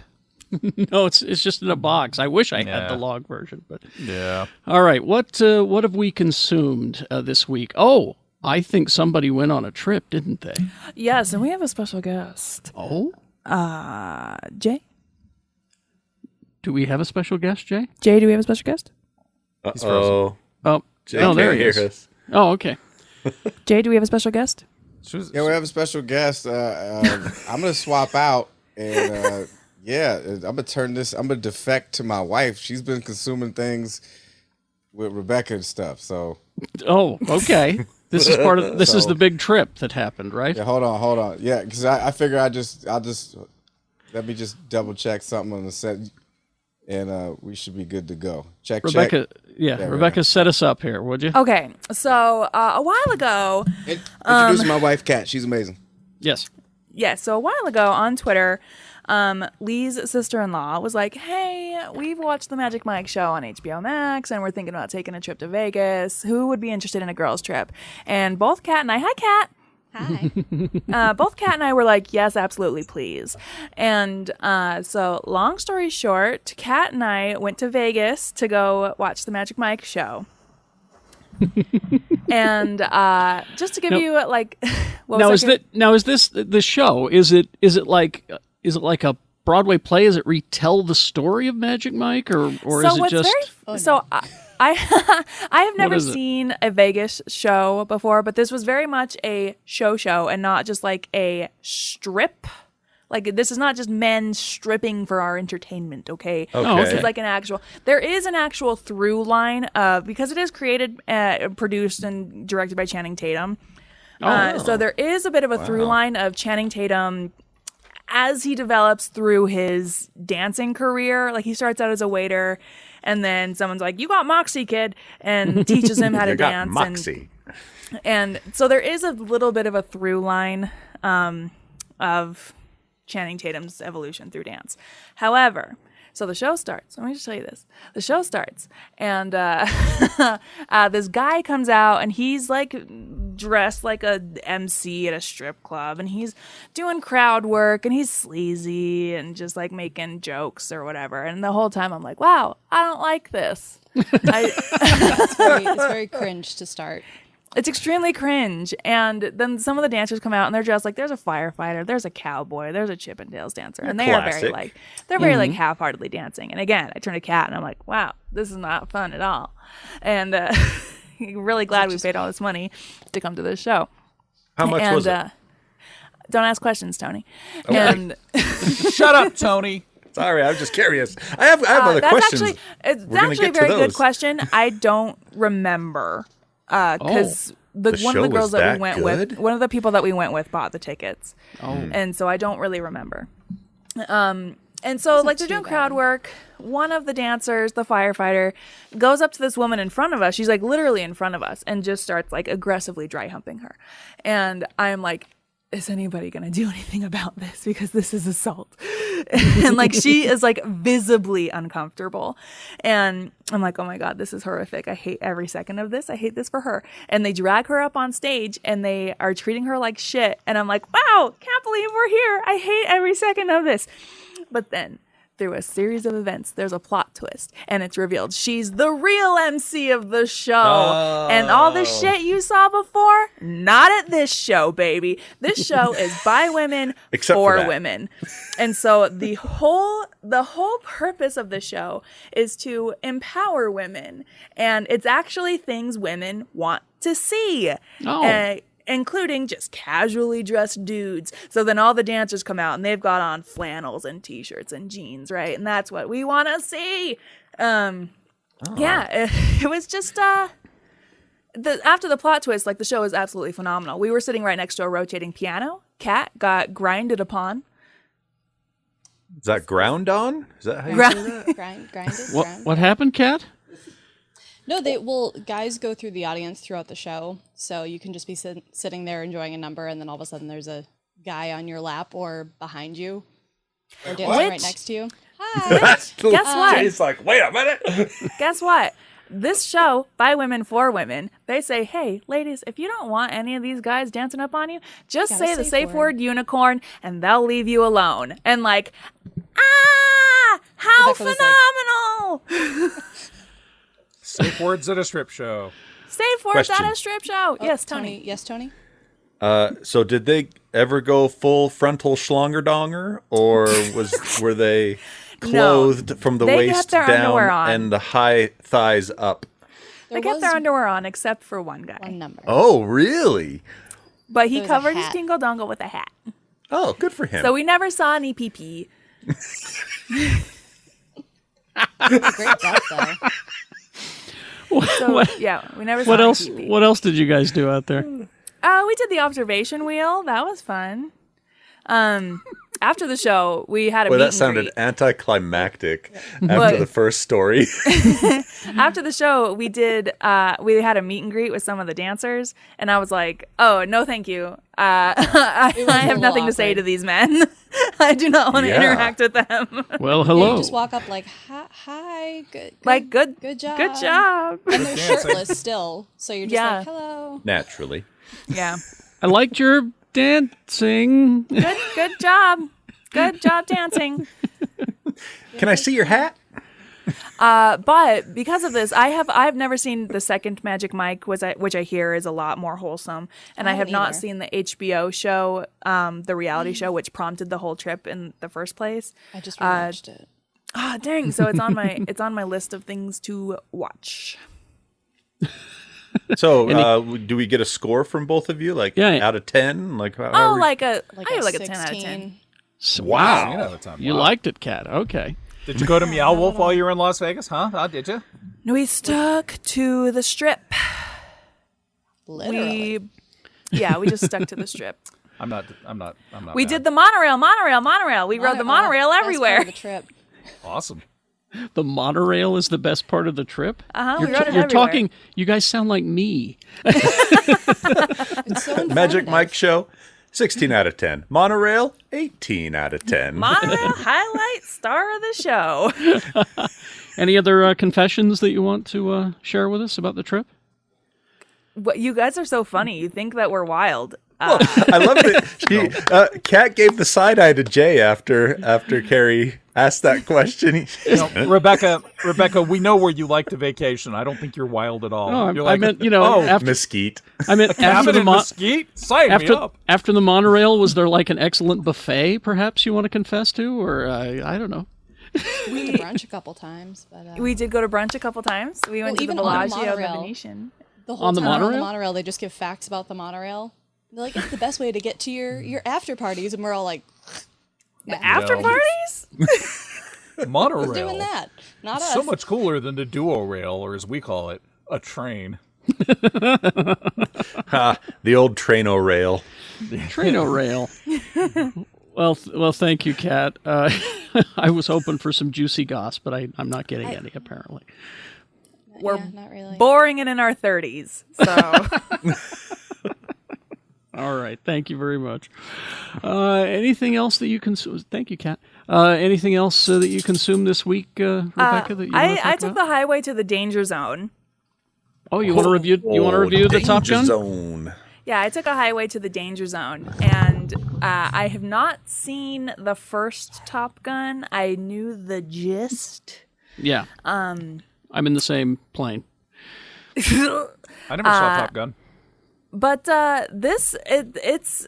Speaker 2: No, it's it's just in a box. I wish I
Speaker 3: Yeah.
Speaker 2: had the log version, but
Speaker 3: Yeah.
Speaker 2: all right. What uh, what have we consumed uh, this week? Oh, I think somebody went on a trip, didn't they?
Speaker 6: Yes, and we
Speaker 7: Oh?
Speaker 6: have a special guest.
Speaker 2: Oh,
Speaker 6: Jay?
Speaker 2: Do we have a special guest, Jay?
Speaker 6: Jay, do we have a special guest?
Speaker 2: He's
Speaker 5: frozen.
Speaker 2: Oh,
Speaker 5: Jay
Speaker 2: oh, there
Speaker 5: can't
Speaker 2: he
Speaker 5: hear
Speaker 2: is.
Speaker 5: us.
Speaker 2: Oh, okay.
Speaker 6: Jay, do we have a special guest?
Speaker 7: yeah, we have a special guest. Uh, uh, I'm gonna swap out, and uh, yeah, I'm gonna turn this. I'm gonna defect to my wife. She's been consuming things with Rebecca and stuff. So
Speaker 2: Oh, okay. This is part of this is
Speaker 7: So-
Speaker 2: the big trip that happened, right?
Speaker 7: yeah, hold on, hold on. Yeah, because I, I figure I just, I just let me just double check something on the set, and uh, we should be good to go. Check,
Speaker 2: Rebecca,
Speaker 7: check.
Speaker 2: yeah,
Speaker 7: There we
Speaker 2: Rebecca, set us up here, would you?
Speaker 6: Okay, so uh, a while ago,
Speaker 7: go.
Speaker 6: um,
Speaker 7: Introduce my wife, Kat. She's amazing.
Speaker 2: Yes.
Speaker 6: yeah, so a while ago on Twitter, um, Lee's sister in law was like, Hey, we've watched the Magic Mike show on HBO Max and we're thinking about taking a trip to Vegas. Who would be interested in a girls' trip? And both Kat and I, hi, Kat. uh, both Kat and I were like, yes, absolutely, please. And uh, so, long story short, Kat and I went to Vegas to go watch the Magic Mike show. and uh, just to give
Speaker 2: Now-
Speaker 6: you like, what
Speaker 2: now
Speaker 6: was
Speaker 2: is
Speaker 6: I gonna-
Speaker 2: that now is this the show? Is it is it like is it like a Broadway play? Is it retell the story of Magic Mike, or or
Speaker 6: so
Speaker 2: is it
Speaker 6: what's
Speaker 2: just?
Speaker 6: very so I I, I have never
Speaker 2: is it?
Speaker 6: seen a Vegas show before, but this was very much a show show and not just like a strip. Like this is not just men stripping for our entertainment, okay?
Speaker 8: Oh,
Speaker 6: This
Speaker 8: okay.
Speaker 6: is like an actual. There is an actual through line of because it is created, uh, produced, and directed by Channing Tatum. Uh,
Speaker 8: Oh.
Speaker 6: so there is a bit of a through
Speaker 8: Wow.
Speaker 6: line of Channing Tatum as he develops through his dancing career, like he starts out as a waiter, and then someone's like, "You got moxie, kid," and teaches him how to
Speaker 5: You got
Speaker 6: dance.
Speaker 5: Moxie.
Speaker 6: And, and so there is a little bit of a through line um, of Channing Tatum's evolution through dance. However, so the show starts. Let me just tell you this: the show starts, and uh, uh, this guy comes out, and he's like dressed like a MC at a strip club, and he's doing crowd work, and he's sleazy, and just like making jokes or whatever. And the whole time, I'm like, "Wow, I don't like this."
Speaker 12: it's, very, it's very cringe to start.
Speaker 6: It's extremely cringe. And then some of the dancers come out and they're dressed like there's a firefighter, there's a cowboy, there's a Chippendales dancer. And they are very
Speaker 8: Classic.
Speaker 6: like, they're very like
Speaker 3: Mm-hmm.
Speaker 8: Mhm.
Speaker 6: half heartedly dancing. And again, I turn to Kat and I'm like, wow, this is not fun at all. And uh, really glad we paid all this money to come to this show.
Speaker 3: How much
Speaker 6: and,
Speaker 3: was it?
Speaker 6: Uh, don't ask questions, Tony.
Speaker 5: Okay.
Speaker 6: And
Speaker 3: Shut up, Tony.
Speaker 5: Sorry, I'm just curious. I have I have
Speaker 6: Uh,
Speaker 5: other
Speaker 6: that's
Speaker 5: questions.
Speaker 6: Actually, it's
Speaker 5: We're gonna
Speaker 6: actually a
Speaker 5: get to
Speaker 6: very good
Speaker 5: those.
Speaker 6: question. I don't remember because
Speaker 5: Oh,
Speaker 6: the,
Speaker 5: the
Speaker 6: one of the
Speaker 5: show
Speaker 6: girls
Speaker 5: was
Speaker 6: that, we
Speaker 5: that
Speaker 6: went with,
Speaker 5: good?
Speaker 6: one of the people that we went with, bought the tickets,
Speaker 5: Oh. Hmm.
Speaker 6: and so I don't really remember. Um, and so like they're doing crowd work. One of the dancers, the firefighter, goes up to this woman in front of us. She's like literally in front of us, and just starts like aggressively dry humping her, and I'm like. Is anybody going to do anything about this? Because this is assault. and like she is like visibly uncomfortable and i'm like oh my god this is horrific i hate every second of this i hate this for her and they drag her up on stage and they are treating her like shit and i'm like wow can't believe we're here i hate every second of this but then through a series of events, there's a plot twist, and it's revealed she's the real MC of the show. And all the
Speaker 8: Oh.
Speaker 6: shit you saw before, not at this show, baby. This show is by women
Speaker 8: Except for
Speaker 6: for,
Speaker 8: that.
Speaker 6: women. And so the whole the whole purpose of the show is to empower women, and it's actually things women want to see.
Speaker 8: Oh.
Speaker 6: Uh, including just casually dressed dudes. So then all the dancers come out and they've got on flannels and t-shirts and jeans, right? And that's what we want to see. Um yeah, it, it was just uh the after the plot twist, like the show is absolutely phenomenal. We were sitting right next to a rotating piano. Cat got grinded upon.
Speaker 5: Is that ground on? Is that how you say that?
Speaker 12: grind, grind it,
Speaker 2: What
Speaker 12: grind.
Speaker 2: what happened, Kat?
Speaker 12: No, they well, guys go through the audience throughout the show, so you can just be sit- sitting there enjoying a number, and then all of a sudden there's a guy on your lap or behind you, or dancing right
Speaker 6: Which-
Speaker 12: next to you.
Speaker 6: Guess what?
Speaker 5: Jay's like, wait a minute.
Speaker 6: Guess what? This show by women for women, they say, hey, ladies, if you don't want any of these guys dancing up on you, just
Speaker 8: Got a
Speaker 6: say the
Speaker 8: safe
Speaker 6: safe word unicorn and they'll leave you alone. And like, ah, how
Speaker 8: Rebecca was
Speaker 6: phenomenal!
Speaker 3: Safe words at a strip show.
Speaker 6: safe words at
Speaker 5: Question.
Speaker 6: a strip show. yes, Tony.
Speaker 12: Yes, Tony.
Speaker 5: Uh, so did they ever go full frontal schlonger donger, or was were they? clothed from the
Speaker 6: They got
Speaker 5: waist
Speaker 6: their underwear on.
Speaker 5: down and the high thighs up.
Speaker 6: they kept their underwear on except for one guy. One
Speaker 12: number.
Speaker 5: Oh, really?
Speaker 6: But he
Speaker 12: There was a
Speaker 6: covered his
Speaker 12: hat.
Speaker 6: tingle dongle with a hat.
Speaker 5: Oh, good for him.
Speaker 6: So we never saw any pee pee.
Speaker 12: Great job, though.
Speaker 6: So yeah, we never saw
Speaker 2: What
Speaker 6: any
Speaker 2: else?
Speaker 6: pee-pee.
Speaker 2: What else did you guys do out there?
Speaker 6: Uh, we did the observation wheel. That was fun. Um, after the show, we had a
Speaker 5: Well,
Speaker 6: meet
Speaker 5: that
Speaker 6: and
Speaker 5: sounded
Speaker 6: greet.
Speaker 5: anticlimactic after
Speaker 6: But-
Speaker 5: the first story.
Speaker 6: After the show, we did uh, we had a meet and greet with some of the dancers, and I was like, "Oh no, thank you. Uh, I,
Speaker 12: It was a
Speaker 6: I have
Speaker 12: little
Speaker 6: nothing to say to these men. I do not want to
Speaker 2: Yeah.
Speaker 6: interact with them."
Speaker 2: Well,
Speaker 12: Yeah, you
Speaker 2: hello.
Speaker 12: just walk up like, hi, hi good, good,
Speaker 6: Like, good-
Speaker 12: good job,
Speaker 6: good job.
Speaker 12: And they're
Speaker 6: Dancing.
Speaker 12: shirtless still, so you're just
Speaker 6: Yeah.
Speaker 12: like, hello.
Speaker 5: Naturally.
Speaker 6: Yeah.
Speaker 2: I liked your dancing.
Speaker 6: Good good job. Good job dancing.
Speaker 5: Can I see your hat?
Speaker 6: Uh, but because of this, I have I've never seen the second Magic Mike, was I, which I hear is a lot more wholesome, and I,
Speaker 12: I
Speaker 6: have
Speaker 12: don't
Speaker 6: not
Speaker 12: either.
Speaker 6: seen the HBO show, um, the reality show, which prompted the whole trip in the first place.
Speaker 12: I just
Speaker 6: Uh,
Speaker 12: watched it.
Speaker 6: Ah, dang! So it's on my it's on my list of things to watch.
Speaker 5: So,
Speaker 2: Any-
Speaker 5: uh, do we get a score from both of you? Like
Speaker 2: Yeah.
Speaker 5: out of ten? Like how, how
Speaker 6: Oh,
Speaker 5: are we-
Speaker 6: like a
Speaker 12: Like
Speaker 6: I
Speaker 12: a
Speaker 6: have like a
Speaker 12: 16.
Speaker 6: ten out of ten.
Speaker 3: Seen it
Speaker 2: Wow.
Speaker 3: all the time.
Speaker 2: You
Speaker 3: Wow.
Speaker 2: liked it, Kat. Okay.
Speaker 3: Did you go to Meow Wolf while you were in Las Vegas? Huh? Huh? Did you?
Speaker 6: No, we stuck to the strip.
Speaker 12: Literally.
Speaker 6: We yeah, we just stuck to the strip.
Speaker 3: I'm not. I'm not. I'm not.
Speaker 6: We did the monorail, monorail, monorail. We rode the monorail
Speaker 12: Monorail, best part of
Speaker 6: everywhere.
Speaker 12: The trip.
Speaker 3: the awesome.
Speaker 2: The monorail is the best part of the trip.
Speaker 6: Uh huh. We
Speaker 2: You're,
Speaker 6: rode it
Speaker 2: you're
Speaker 6: everywhere.
Speaker 2: talking. You guys sound like me.
Speaker 12: It's so
Speaker 5: Magic
Speaker 12: informative.
Speaker 5: Mike show? Sixteen out of ten. Monorail? Eighteen out of ten.
Speaker 6: monorail highlight star of the show.
Speaker 2: Any other uh, confessions that you want to uh, share with us about the trip?
Speaker 6: What you guys are so funny. You think that we're wild. Uh,
Speaker 5: Well, I love it. He, uh, Kat gave the side eye to Jay after after Carrie asked that question.
Speaker 3: You know, Rebecca, Rebecca, we know where you like to vacation. I don't think you're wild at all.
Speaker 2: No, I-
Speaker 3: you're
Speaker 2: I meant, you know,
Speaker 3: oh,
Speaker 2: after-
Speaker 5: Mesquite.
Speaker 2: I mean, after
Speaker 3: cabin
Speaker 2: the
Speaker 3: in
Speaker 2: mo-
Speaker 3: Mesquite, sign me
Speaker 2: after
Speaker 3: up.
Speaker 2: after the monorail, was there like an excellent buffet? Perhaps you want to confess to, or uh, I don't know.
Speaker 12: We went to brunch a couple times, but uh,
Speaker 6: We did go to brunch a couple times. We went
Speaker 12: Well,
Speaker 6: to
Speaker 12: even
Speaker 6: the
Speaker 12: on the
Speaker 6: Bellagio, the,
Speaker 12: monorail.
Speaker 6: Venetian.
Speaker 12: the whole
Speaker 2: on the
Speaker 12: time on the
Speaker 2: monorail?
Speaker 12: monorail, they just give facts about the monorail. They're like, it's the best way to get to your your after parties, and we're all like,
Speaker 6: The after parties?
Speaker 3: monorail.
Speaker 12: who's doing that? Not us.
Speaker 3: So much cooler than the duo rail, or as we call it, a train.
Speaker 5: Ha, the old train o rail.
Speaker 2: Trino rail. Well, th- well, thank you, Kat. Uh, I was hoping for some juicy goss, but I, I'm not getting any apparently.
Speaker 6: We're
Speaker 12: Yeah, not really.
Speaker 6: boring and in our 30s. So
Speaker 2: All right, thank you very much. Uh, anything else that you consume? Thank you, Kat. Uh, anything else uh, that you consume this week, uh, Rebecca? that you wanna
Speaker 6: I,
Speaker 2: talk
Speaker 6: I took the
Speaker 2: about?
Speaker 6: highway to the danger zone.
Speaker 2: Oh, you want to review? You want to
Speaker 5: Oh,
Speaker 2: review the Top
Speaker 5: danger
Speaker 2: Gun?
Speaker 5: Zone.
Speaker 6: Yeah, I took a highway to the danger zone, and uh, I have not seen the first Top Gun. I knew the gist.
Speaker 2: Yeah. Um, I'm in the same plane.
Speaker 3: I never saw Top Gun.
Speaker 6: But uh, this it, it's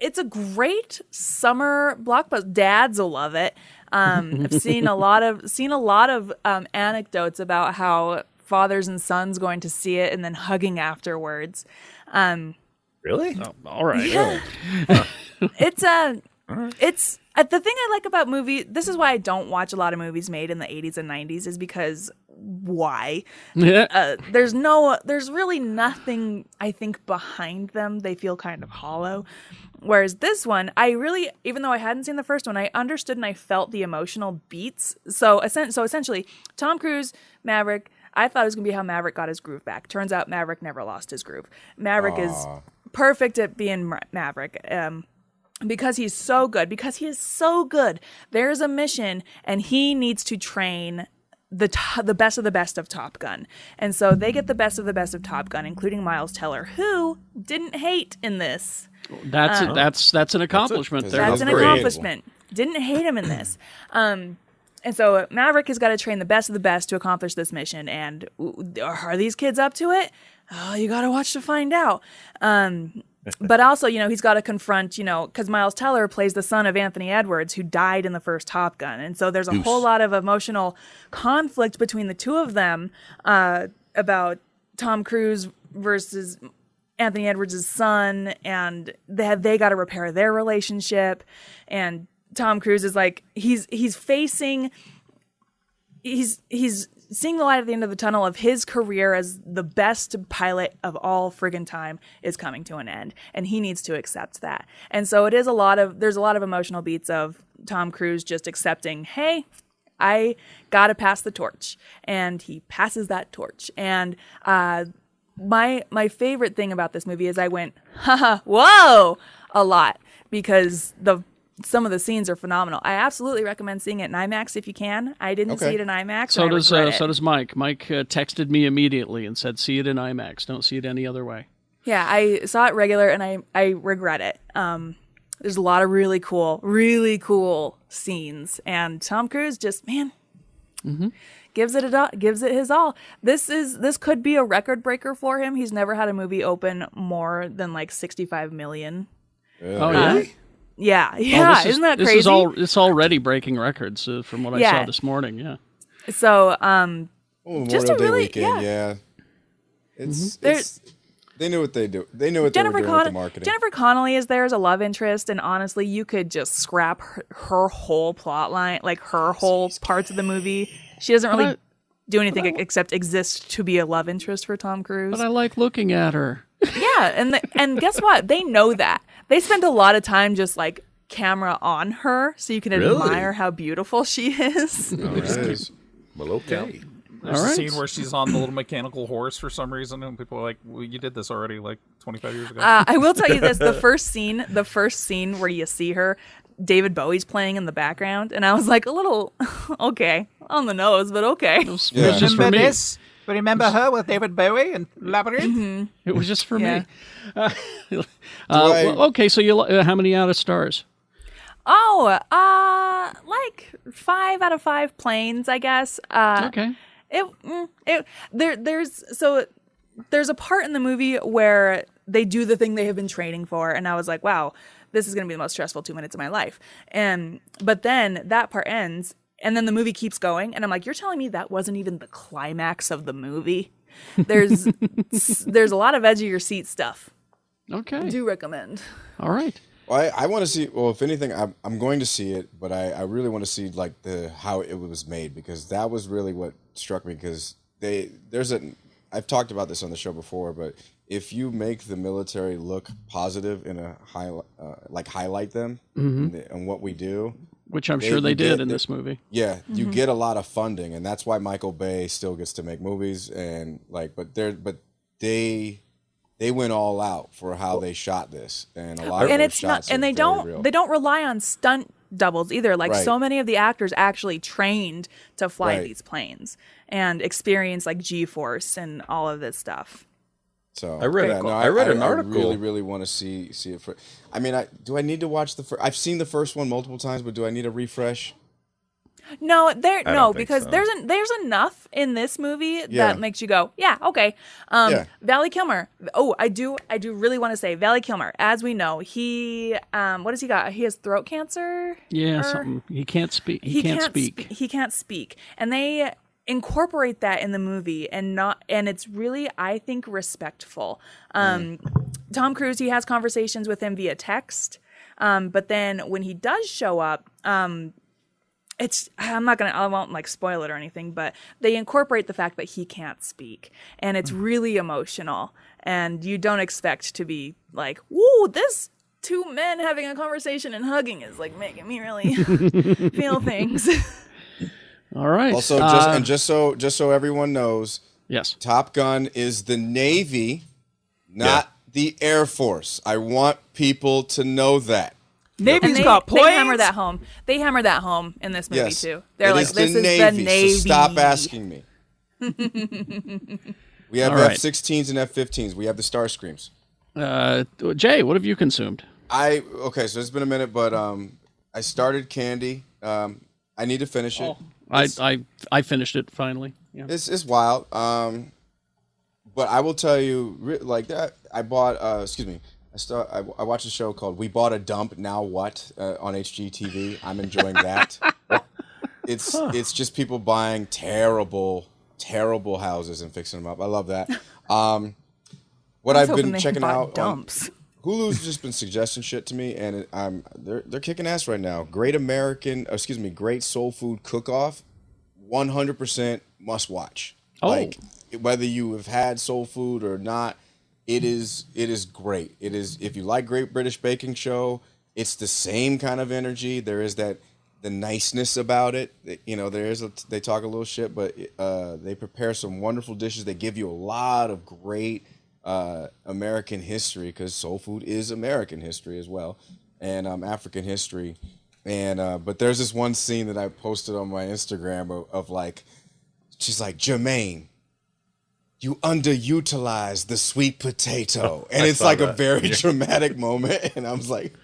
Speaker 6: it's a great summer blockbuster. Dads will love it. Um, I've seen a lot of seen a lot of um, anecdotes about how fathers and sons going to see it and then hugging afterwards. Um,
Speaker 5: Really?
Speaker 2: Oh, All right.
Speaker 6: It's a it's uh, the thing I like about movie. This is why I don't watch a lot of movies made in the 80s and 90s is because why? uh, there's no there's really nothing i think behind them they feel kind of hollow whereas this one i really even though i hadn't seen the first one i understood and i felt the emotional beats so essen- so essentially tom cruise maverick i thought it was going to be how maverick got his groove back turns out maverick never lost his groove maverick is perfect at being Ma- maverick um, because he's so good because he is so good there's a mission and he needs to train the t- the best of the best of Top Gun. And so they get the best of the best of Top Gun including Miles Teller who didn't hate in this.
Speaker 2: That's a, that's that's an accomplishment there.
Speaker 6: Oh. That's an
Speaker 7: That's great.
Speaker 6: accomplishment. Didn't hate him in this. Um and so Maverick has got to train the best of the best to accomplish this mission and ooh, are these kids up to it? Oh, you got to watch to find out. Um but also, you know, he's got to confront, you know, because Miles Teller plays the son of Anthony Edwards, who died in the first Top Gun, and so there's a
Speaker 13: Goose.
Speaker 6: whole lot of emotional conflict between the two of them uh, about Tom Cruise versus Anthony Edwards' son, and they have, they got to repair their relationship, and Tom Cruise is like he's he's facing he's he's seeing the light at the end of the tunnel of his career as the best pilot of all friggin' time is coming to an end and he needs to accept that and so it is a lot of there's a lot of emotional beats of tom cruise just accepting hey i gotta pass the torch and he passes that torch and uh my my favorite thing about this movie is i went haha whoa a lot because the some of the scenes are phenomenal. I absolutely recommend seeing it in IMAX if you can. I didn't
Speaker 2: Okay.
Speaker 6: see it in IMAX.
Speaker 2: So
Speaker 6: and I
Speaker 2: does
Speaker 6: regret
Speaker 2: uh,
Speaker 6: it.
Speaker 2: so does Mike. Mike uh, texted me immediately and said, "See it in IMAX. Don't see it any other way."
Speaker 6: Yeah, I saw it regular and I I regret it. Um, there's a lot of really cool, really cool scenes, and Tom Cruise just man
Speaker 2: Mm-hmm.
Speaker 6: gives it a do- gives it his all. This is this could be a record breaker for him. He's never had a movie open more than like 65 million.
Speaker 2: Oh yeah.
Speaker 6: Uh, yeah,
Speaker 2: Oh,
Speaker 6: yeah.
Speaker 2: this is,
Speaker 6: Isn't that
Speaker 2: this
Speaker 6: crazy?
Speaker 2: Is all, it's already breaking records uh, from what I saw
Speaker 6: Yeah.
Speaker 2: this morning. Yeah.
Speaker 6: so um, just a really yeah.
Speaker 7: It's,
Speaker 6: There-
Speaker 7: it's they knew what they do. They knew what
Speaker 6: Jennifer
Speaker 7: they were doing
Speaker 6: Con-
Speaker 7: with the marketing.
Speaker 6: Jennifer Connelly is there as a love interest, and honestly, you could just scrap her, her whole plot line, like her whole parts of the movie. She doesn't really
Speaker 2: But
Speaker 6: do anything except exist to be a love interest for Tom Cruise.
Speaker 2: But I like looking at her.
Speaker 6: yeah, and the, and guess what? They know that. They spend a lot of time just like camera on her, so you can
Speaker 3: Really?
Speaker 6: admire how beautiful she is.
Speaker 5: Well, okay.
Speaker 3: There's
Speaker 2: All
Speaker 3: a
Speaker 2: right.
Speaker 3: scene where she's on the little mechanical horse for some reason, and people are like, well, "You did this already, like 25 years ago."
Speaker 6: Uh, I will tell you this: the first scene, the first scene where you see her, David Bowie's playing in the background, and I was like, a little, okay, on the nose, but okay.
Speaker 2: It's just for me.
Speaker 3: Remember her with David Bowie and Labyrinth?
Speaker 2: It was just for
Speaker 6: Yeah.
Speaker 2: me. Uh, uh,
Speaker 6: I-
Speaker 2: well, okay, so you li- uh, how many out of stars?
Speaker 6: Oh, uh, like five out of five planes, I guess. Uh,
Speaker 2: okay.
Speaker 6: It, mm, it there there's so there's a part in the movie where they do the thing they have been training for, and I was like, wow, this is gonna be the most stressful two minutes of my life. And but then that part ends, and then the movie keeps going, and I'm like, you're telling me that wasn't even the climax of the movie? There's s- there's a lot of edge of your seat stuff.
Speaker 2: Okay,
Speaker 6: do recommend.
Speaker 2: All right.
Speaker 7: Well, I, I want to see. Well, if anything, I'm, I'm going to see it, but I, I really want to see like the how it was made because that was really what struck me. Because they there's a I've talked about this on the show before, but if you make the military look positive in a high uh, like highlight them
Speaker 6: Mm-hmm.
Speaker 2: Mhm.
Speaker 7: and, what we do,
Speaker 2: Which I'm sure they
Speaker 7: you
Speaker 2: did in this movie.
Speaker 7: Yeah, you
Speaker 6: Mm-hmm.
Speaker 2: Mhm.
Speaker 7: get a lot of funding, and that's why Michael Bay still gets to make movies and like, but they're but they. They went all out for how they shot this, and a lot of
Speaker 6: and
Speaker 7: those
Speaker 6: it's not
Speaker 7: shots
Speaker 6: and
Speaker 7: are
Speaker 6: they
Speaker 7: very
Speaker 6: don't
Speaker 7: real.
Speaker 6: they don't rely on stunt doubles either like
Speaker 7: Right.
Speaker 6: so many of the actors actually trained to fly
Speaker 7: Right.
Speaker 6: these planes and experience like g-force and all of this stuff
Speaker 7: So
Speaker 5: I read-
Speaker 7: yeah, no,
Speaker 5: I read an
Speaker 7: I
Speaker 5: article.
Speaker 7: really, really want to see see it for. I mean, I do. I need to watch the first. I've seen the first one multiple times, but do I need a refresh?
Speaker 6: no there
Speaker 7: don't
Speaker 6: no
Speaker 7: think
Speaker 6: because
Speaker 7: so.
Speaker 6: there's an, there's enough in this movie
Speaker 7: Yeah.
Speaker 6: that makes you go yeah okay um
Speaker 7: Yeah.
Speaker 6: valley kilmer oh i do i do really want to say valley kilmer as we know he um what has he got he has throat cancer
Speaker 2: Yeah,
Speaker 6: or-
Speaker 2: something. He can't speak. He, can't, speak.
Speaker 6: spe- he can't speak, and they incorporate that in the movie, and not, and it's really, I think, respectful. Um, Tom Cruise, he has conversations with him via text, um, but then when he does show up, um, it's I'm not gonna I won't like spoil it or anything, but they incorporate the fact that he can't speak, and it's
Speaker 2: Mm.
Speaker 6: really emotional, and you don't expect to be like, "Whoa, this." Two men having a conversation and hugging is like making me really feel things.
Speaker 2: All right.
Speaker 7: Also, just
Speaker 2: Uh,
Speaker 7: and just so just so everyone knows,
Speaker 2: yes,
Speaker 7: Top Gun is the Navy, not the Air Force. I want people to know that.
Speaker 6: And they, They hammer that home. They hammer that home in this movie
Speaker 7: Yes,
Speaker 6: too. They're
Speaker 7: it
Speaker 6: like,
Speaker 7: is
Speaker 6: this
Speaker 7: the
Speaker 6: is
Speaker 7: Navy,
Speaker 6: the Navy.
Speaker 7: So stop asking me. We have
Speaker 2: All right.
Speaker 7: F-16s and F-15s. We have the Star Screams.
Speaker 2: uh, Jay, what have you consumed?
Speaker 7: I okay, so it's been a minute, but um, I started Candy. Um, I need to finish it.
Speaker 6: Oh.
Speaker 2: I, I I finished it finally. Yeah.
Speaker 6: Mm-hmm.
Speaker 7: It's it's wild. Um, but I will tell you, re- like that, I bought. Uh, excuse me. I start. I, I watched a show called "We Bought a Dump. Now What?" Uh, on HGTV. I'm enjoying that. it's it's just people buying terrible, terrible houses and fixing them up. I love that. Um, what
Speaker 6: I
Speaker 7: I've
Speaker 6: was hoping
Speaker 7: been
Speaker 6: they
Speaker 7: checking
Speaker 6: bought
Speaker 7: out
Speaker 6: dumps.
Speaker 7: On, Hulu's just been suggesting shit to me, and it, I'm they're they're kicking ass right now. Great American, uh, excuse me, Great Soul Food Cook Off, 100% must watch.
Speaker 2: Oh.
Speaker 7: Like whether you have had soul food or not, it is it is great. It is if you like Great British Baking Show, it's the same kind of energy. There is that the niceness about it. That, You know, there is a, they talk a little shit, but uh, they prepare some wonderful dishes. They give you a lot of great uh, American history because soul food is American history as well, and um, African history. And uh, but there's this one scene that I posted on my Instagram of, of like, she's like Jermaine, you underutilize the sweet potato, and
Speaker 13: I
Speaker 7: it's
Speaker 13: saw
Speaker 7: like a
Speaker 13: that.
Speaker 7: very
Speaker 13: Yeah.
Speaker 7: dramatic moment. And I was like,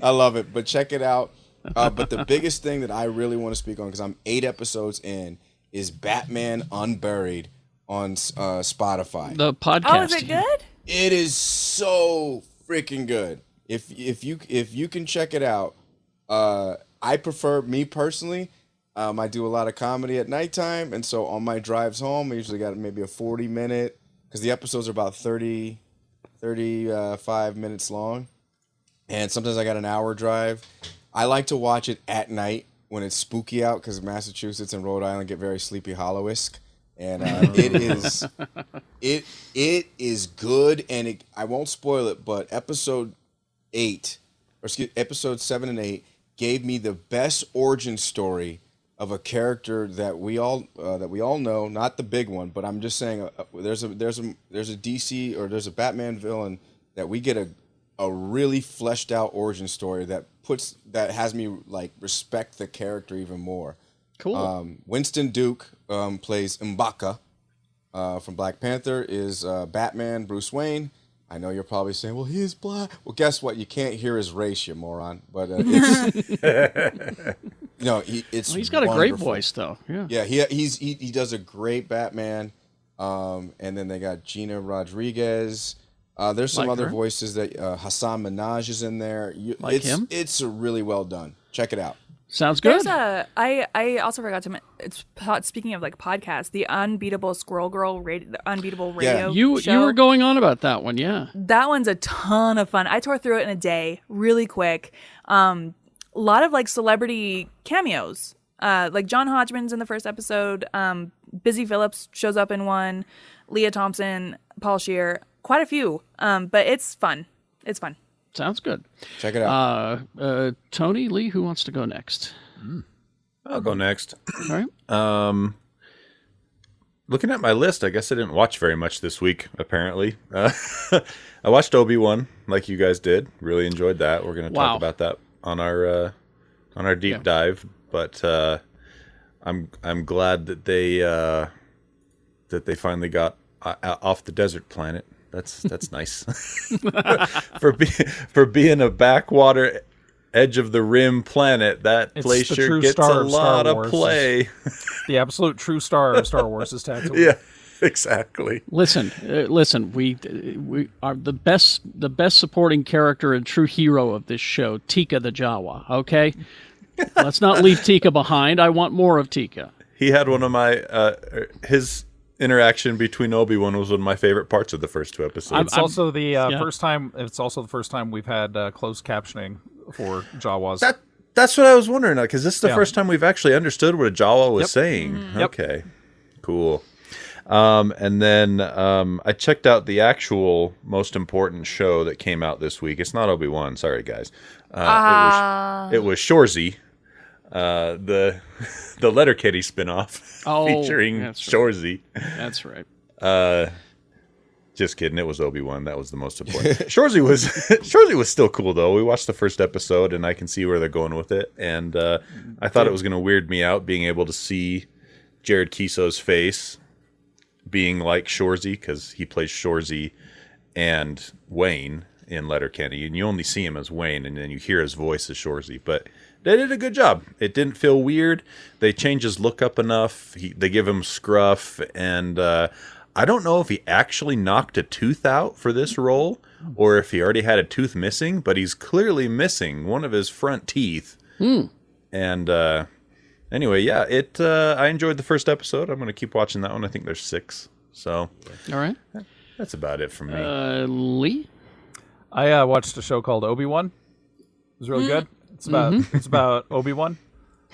Speaker 7: I love it, but check it out. Uh, but the biggest thing that I really want to speak on because I'm eight episodes in is Batman Unburied on uh, Spotify.
Speaker 2: The podcast.
Speaker 6: Oh, is it good?
Speaker 7: It is so freaking good. If if you if you can check it out, uh, I prefer me personally. Um, I do a lot of comedy at nighttime, and so on my drives home, I usually got maybe a forty minute because the episodes are about 30, 35 minutes long, and sometimes I got an hour drive. I like to watch it at night when it's spooky out because Massachusetts and Rhode Island get very Sleepy Hollow esque, and uh, it is it it is good and it, i won't spoil it but episode 8 or excuse episode 7 and 8 gave me the best origin story of a character that we all uh, that we all know not the big one but i'm just saying uh, uh, there's a there's a there's a dc or there's a batman villain that we get a a really fleshed out origin story that puts that has me like respect the character even more
Speaker 2: Cool.
Speaker 7: um, winston duke um, plays mbaka uh, from Black Panther is uh, Batman, Bruce Wayne. I know you're probably saying, "Well, he is black." Well, guess what? You can't hear his race, you moron. But uh, it's, no, he, it's
Speaker 2: Well, he's got a great
Speaker 7: wonderful.
Speaker 2: voice, though. Yeah.
Speaker 7: yeah, he he's he, he does a great Batman. Um, and then they got Gina Rodriguez. Uh, there's some
Speaker 2: Like
Speaker 7: other
Speaker 2: her.
Speaker 7: voices that uh, Hassan Minaj is in there. You,
Speaker 2: Like
Speaker 7: it's,
Speaker 2: him?
Speaker 7: It's really well done. Check it out.
Speaker 2: Sounds
Speaker 6: There's
Speaker 2: good.
Speaker 6: a I I also forgot to men- it's po- speaking of like podcasts, the unbeatable Squirrel Girl radio, the unbeatable radio.
Speaker 2: you
Speaker 6: show.
Speaker 2: you were going on about that one, yeah.
Speaker 6: That one's a ton of fun. I tore through it in a day, really quick. Um, a lot of like celebrity cameos. Uh, like John Hodgman's in the first episode. Um, Busy Phillips shows up in one. Leah Thompson, Paul Shear, quite a few. Um, but it's fun. It's fun.
Speaker 2: Sounds good.
Speaker 7: Check it out.
Speaker 2: Uh, uh, Tony Lee, who wants to go next?
Speaker 5: I'll go next.
Speaker 2: All right.
Speaker 5: Um, looking at my list, I guess I didn't watch very much this week. Apparently, uh, I watched Obi Wan like you guys did. Really enjoyed that. We're going to
Speaker 2: Wow.
Speaker 5: talk about that on our uh, on our deep dive. But uh, I'm I'm glad that they uh, that they finally got uh, off the desert planet. That's that's nice for be, for being a backwater edge of the rim planet. That
Speaker 3: It's
Speaker 5: place
Speaker 3: the
Speaker 5: sure
Speaker 3: true
Speaker 5: gets
Speaker 3: star
Speaker 5: a
Speaker 3: of Star
Speaker 5: lot of
Speaker 3: Wars.
Speaker 5: play.
Speaker 3: The absolute true star of Star Wars is Tatooine.
Speaker 5: yeah, exactly.
Speaker 2: Listen, uh, listen. We uh, we are the best the best supporting character and true hero of this show, Tika the Jawa. Okay, let's not leave Tika behind. I want more of Tika.
Speaker 5: He had one of my uh, his interaction between Obi Wan was one of my favorite parts of the first two episodes.
Speaker 3: it's also the uh,
Speaker 2: yeah.
Speaker 3: first time. It's also the first time we've had uh, closed captioning for Jawas.
Speaker 5: that that's what I was wondering because this is the
Speaker 3: Yeah.
Speaker 5: first time we've actually understood what a Jawa was
Speaker 3: Yep. Mm-hmm.
Speaker 5: saying.
Speaker 3: Yep.
Speaker 5: Okay, cool. Um, and then um, I checked out the actual most important show that came out this week. It's not Obi Wan. Sorry, guys. Uh, it was it was Shorzy, uh, the the Letter Kitty spinoff
Speaker 2: Oh,
Speaker 5: featuring
Speaker 2: that's right.
Speaker 5: Shorzy.
Speaker 2: That's right.
Speaker 5: Uh, just kidding. It was Obi Wan. That was the most important. Shorzy was Shorzy was still cool though. We watched the first episode, and I can see where they're going with it. And uh, I thought it was going to weird me out being able to see Jared Kiso's face being like Shorzy because he plays Shorzy and Wayne in Letterkenny, and you only see him as Wayne, and then you hear his voice as Shorzy. But they did a good job. It didn't feel weird. They change his look up enough. He, they give him scruff, and uh, I don't know if he actually knocked a tooth out for this role or if he already had a tooth missing, but he's clearly missing one of his front teeth.
Speaker 2: Hmm.
Speaker 5: And uh, anyway, yeah, it. Uh, I enjoyed the first episode. I'm going to keep watching that one. I think there's six. So
Speaker 2: All right.
Speaker 5: that's about it for me.
Speaker 2: Uh, Lee?
Speaker 3: I uh, watched a show called Obi Wan. It was really
Speaker 2: Mm.
Speaker 3: good. It's about
Speaker 2: Mhm.
Speaker 3: it's about Obi Wan,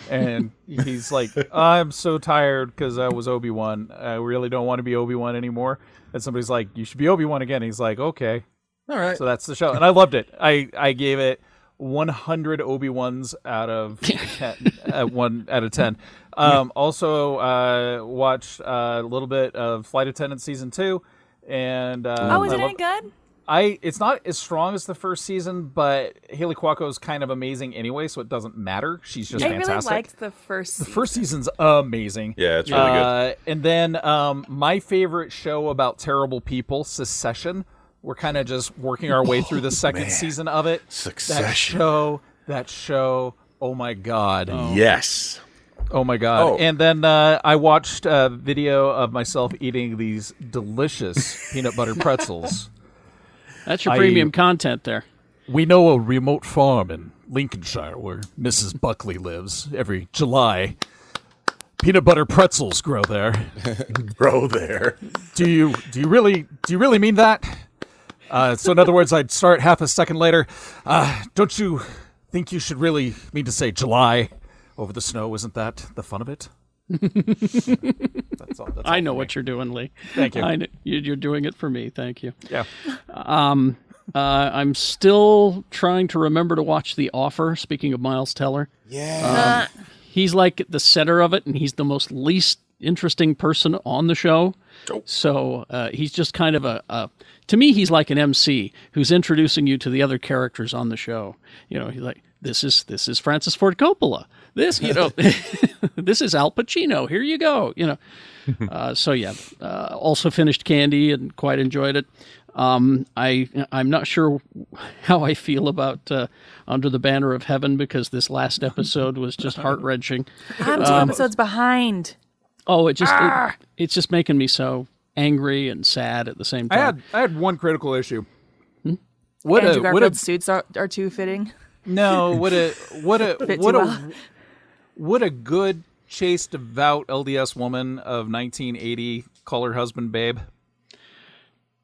Speaker 3: and he's like, "I'm so tired because I was Obi Wan. I really don't want to be Obi Wan anymore." And somebody's like, "You should be Obi Wan again." he's like, "Okay,
Speaker 5: all right."
Speaker 3: So that's the show, and I loved it. I I gave it 100 Obi Wans out of 10, uh, one out of ten. Um, also uh, watched uh, a little bit of Flight Attendant season two, and uh,
Speaker 6: oh, is
Speaker 3: I
Speaker 6: it
Speaker 3: love-
Speaker 6: any good?
Speaker 3: I it's not as strong as the first season, but Haley Cuoco is kind of amazing anyway, so it doesn't matter. She's just
Speaker 6: I
Speaker 3: fantastic.
Speaker 6: really liked the first.
Speaker 3: the first season's amazing.
Speaker 5: Yeah, it's really good.
Speaker 3: Uh, and then um, my favorite show about terrible people, Secession. We're kind of just working our way
Speaker 5: Oh,
Speaker 3: through the second season of it. That
Speaker 5: Succession.
Speaker 3: show, that show. Oh my god.
Speaker 5: Yes.
Speaker 3: Oh my god!
Speaker 5: Oh.
Speaker 3: And then uh, I watched a video of myself eating these delicious peanut butter pretzels.
Speaker 2: That's your
Speaker 3: I-
Speaker 2: premium content there.
Speaker 3: We know a remote farm in Lincolnshire where Mrs. Buckley lives every July. Peanut butter pretzels grow there.
Speaker 5: grow there.
Speaker 3: Do you do you really do you really mean that? Uh, so in other words, I'd start half a second later. Uh, don't you think you should really mean to say July over the snow? Isn't that the fun of it? that's all. That's
Speaker 2: I know what you're doing, Lee.
Speaker 3: Thank you.
Speaker 2: I kn- you- you're doing it for me. Thank you.
Speaker 3: Yeah.
Speaker 2: Um, uh, I'm still trying to remember to watch The Offer. Speaking of Miles Teller,
Speaker 7: Yeah.
Speaker 2: Um, he's like at the center of it, and he's the most least interesting person on the show. So uh, he's just kind of a, a. To me, he's like an MC who's introducing you to the other characters on the show. You know, he's like, this is this is Francis Ford Coppola. This you know, this is Al Pacino. Here you go. You know, uh, so yeah, uh, also finished Candy and quite enjoyed it. Um, I I'm not sure how I feel about uh, Under the Banner of Heaven because this last episode was just heart wrenching.
Speaker 6: I'm two
Speaker 3: um,
Speaker 6: episodes behind.
Speaker 2: Oh, it just it-
Speaker 6: Ah!
Speaker 2: it's just making me so angry and sad at the same
Speaker 3: I
Speaker 2: time.
Speaker 3: had I had one critical issue. What
Speaker 6: Andrew
Speaker 3: a
Speaker 6: Garfield's
Speaker 3: what a
Speaker 6: suits are, are too fitting.
Speaker 3: no what a what a
Speaker 6: Fit too
Speaker 3: what
Speaker 6: well.
Speaker 3: a what a good chaste devout LDS woman of 1980 call her husband babe.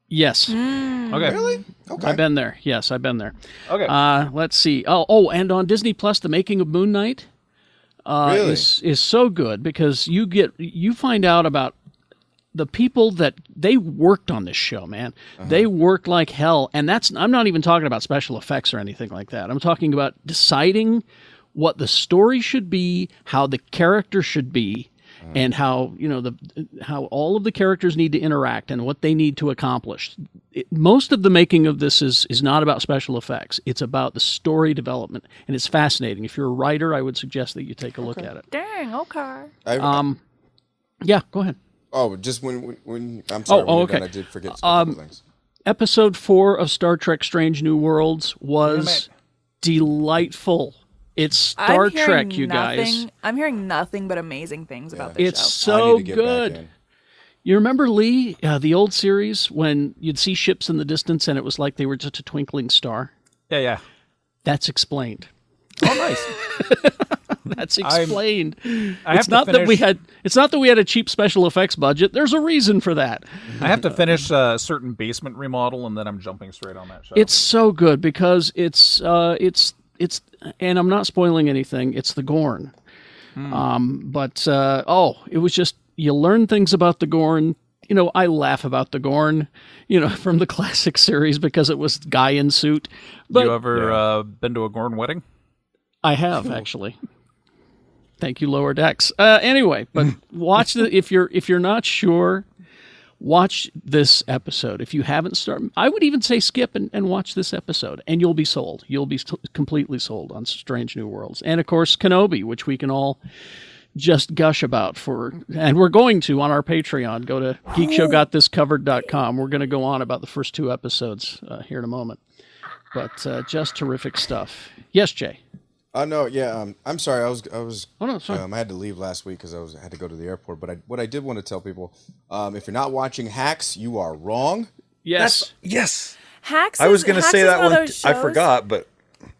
Speaker 2: yes.
Speaker 3: Hmm? Okay.
Speaker 7: Really? Okay.
Speaker 2: I've been there. Yes, I've been there.
Speaker 3: Okay.
Speaker 2: Mm. Uh, let's see. Oh, oh, and on Disney Plus, The Making of Moon Knight uh,
Speaker 7: Really?
Speaker 2: is is so good because you get you find out about the people that they worked on this show, man. They worked like hell, and that's I'm not even talking about special effects or anything like that. I'm talking about deciding what the story should be, how the character should be, and how you know the how all of the characters need to interact and what they need to accomplish. It, most of the making of this is is not about special effects. It's about the story development, and it's fascinating. If you're a writer, I would suggest that you take a look at it.
Speaker 6: Dang, okay.
Speaker 7: I,
Speaker 2: Um, yeah, go ahead.
Speaker 7: oh, just when, when, when I'm sorry.
Speaker 2: Oh,
Speaker 7: when
Speaker 2: oh,
Speaker 7: you're done,
Speaker 2: okay.
Speaker 7: I did forget a couple
Speaker 2: Um,
Speaker 7: things.
Speaker 2: episode four of Star Trek: Strange New Worlds was
Speaker 3: Damn
Speaker 2: delightful. It's
Speaker 6: I'm
Speaker 2: Star
Speaker 6: hearing
Speaker 2: Trek, you guys.
Speaker 6: nothing- I'm hearing nothing but amazing things about this
Speaker 2: It's
Speaker 6: show.
Speaker 2: so
Speaker 7: I need to get
Speaker 2: good.
Speaker 7: Back in.
Speaker 2: You remember Lee, uh, the old series when you'd see ships in the distance and it was like they were just a twinkling star.
Speaker 3: Yeah, yeah.
Speaker 2: That's explained.
Speaker 3: Oh, nice.
Speaker 2: That's
Speaker 3: I'm-
Speaker 2: explained.
Speaker 3: I have
Speaker 2: it's
Speaker 3: to
Speaker 2: not that we
Speaker 3: finish-
Speaker 2: had. It's not that we had a cheap special effects budget. There's a reason for that.
Speaker 3: I have to finish a certain basement remodel, and then I'm jumping straight on that show.
Speaker 2: It's so good because it's uh, it's it's and I'm not spoiling anything. It's the Gorn, um, but uh, oh, it was just you learn things about the Gorn. You know, I laugh about the Gorn, you know, from the classic series because it was guy in suit. But
Speaker 3: you ever uh, been to a Gorn wedding?
Speaker 2: I have actually. Thank you, Lower Decks. Uh, anyway, but watch the if you're if you're not sure, watch this episode. If you haven't started, I would even say skip and, and watch this episode, and you'll be sold. You'll be s- completely sold on Strange New Worlds, and of course Kenobi, which we can all just gush about for, and we're going to on our Patreon. Go to geekshowgotthiscovered.com. We're going to go on about the first two episodes uh, here in a moment, but uh, just terrific stuff. Yes, Jay.
Speaker 7: Oh no, yeah. Um, I'm sorry. I was, I was.
Speaker 2: Oh no, sorry.
Speaker 7: Um, I had to leave last week because I was I had to go to the airport. But I, what I did want to tell people, um, if you're not watching Hacks, you are wrong.
Speaker 2: Yes.
Speaker 5: yes.
Speaker 6: Hacks.
Speaker 5: I was
Speaker 6: is-
Speaker 5: going to
Speaker 6: Hacks
Speaker 5: say
Speaker 6: is
Speaker 5: that
Speaker 6: one. of
Speaker 5: one.
Speaker 6: those
Speaker 5: I
Speaker 6: shows-
Speaker 5: forgot, but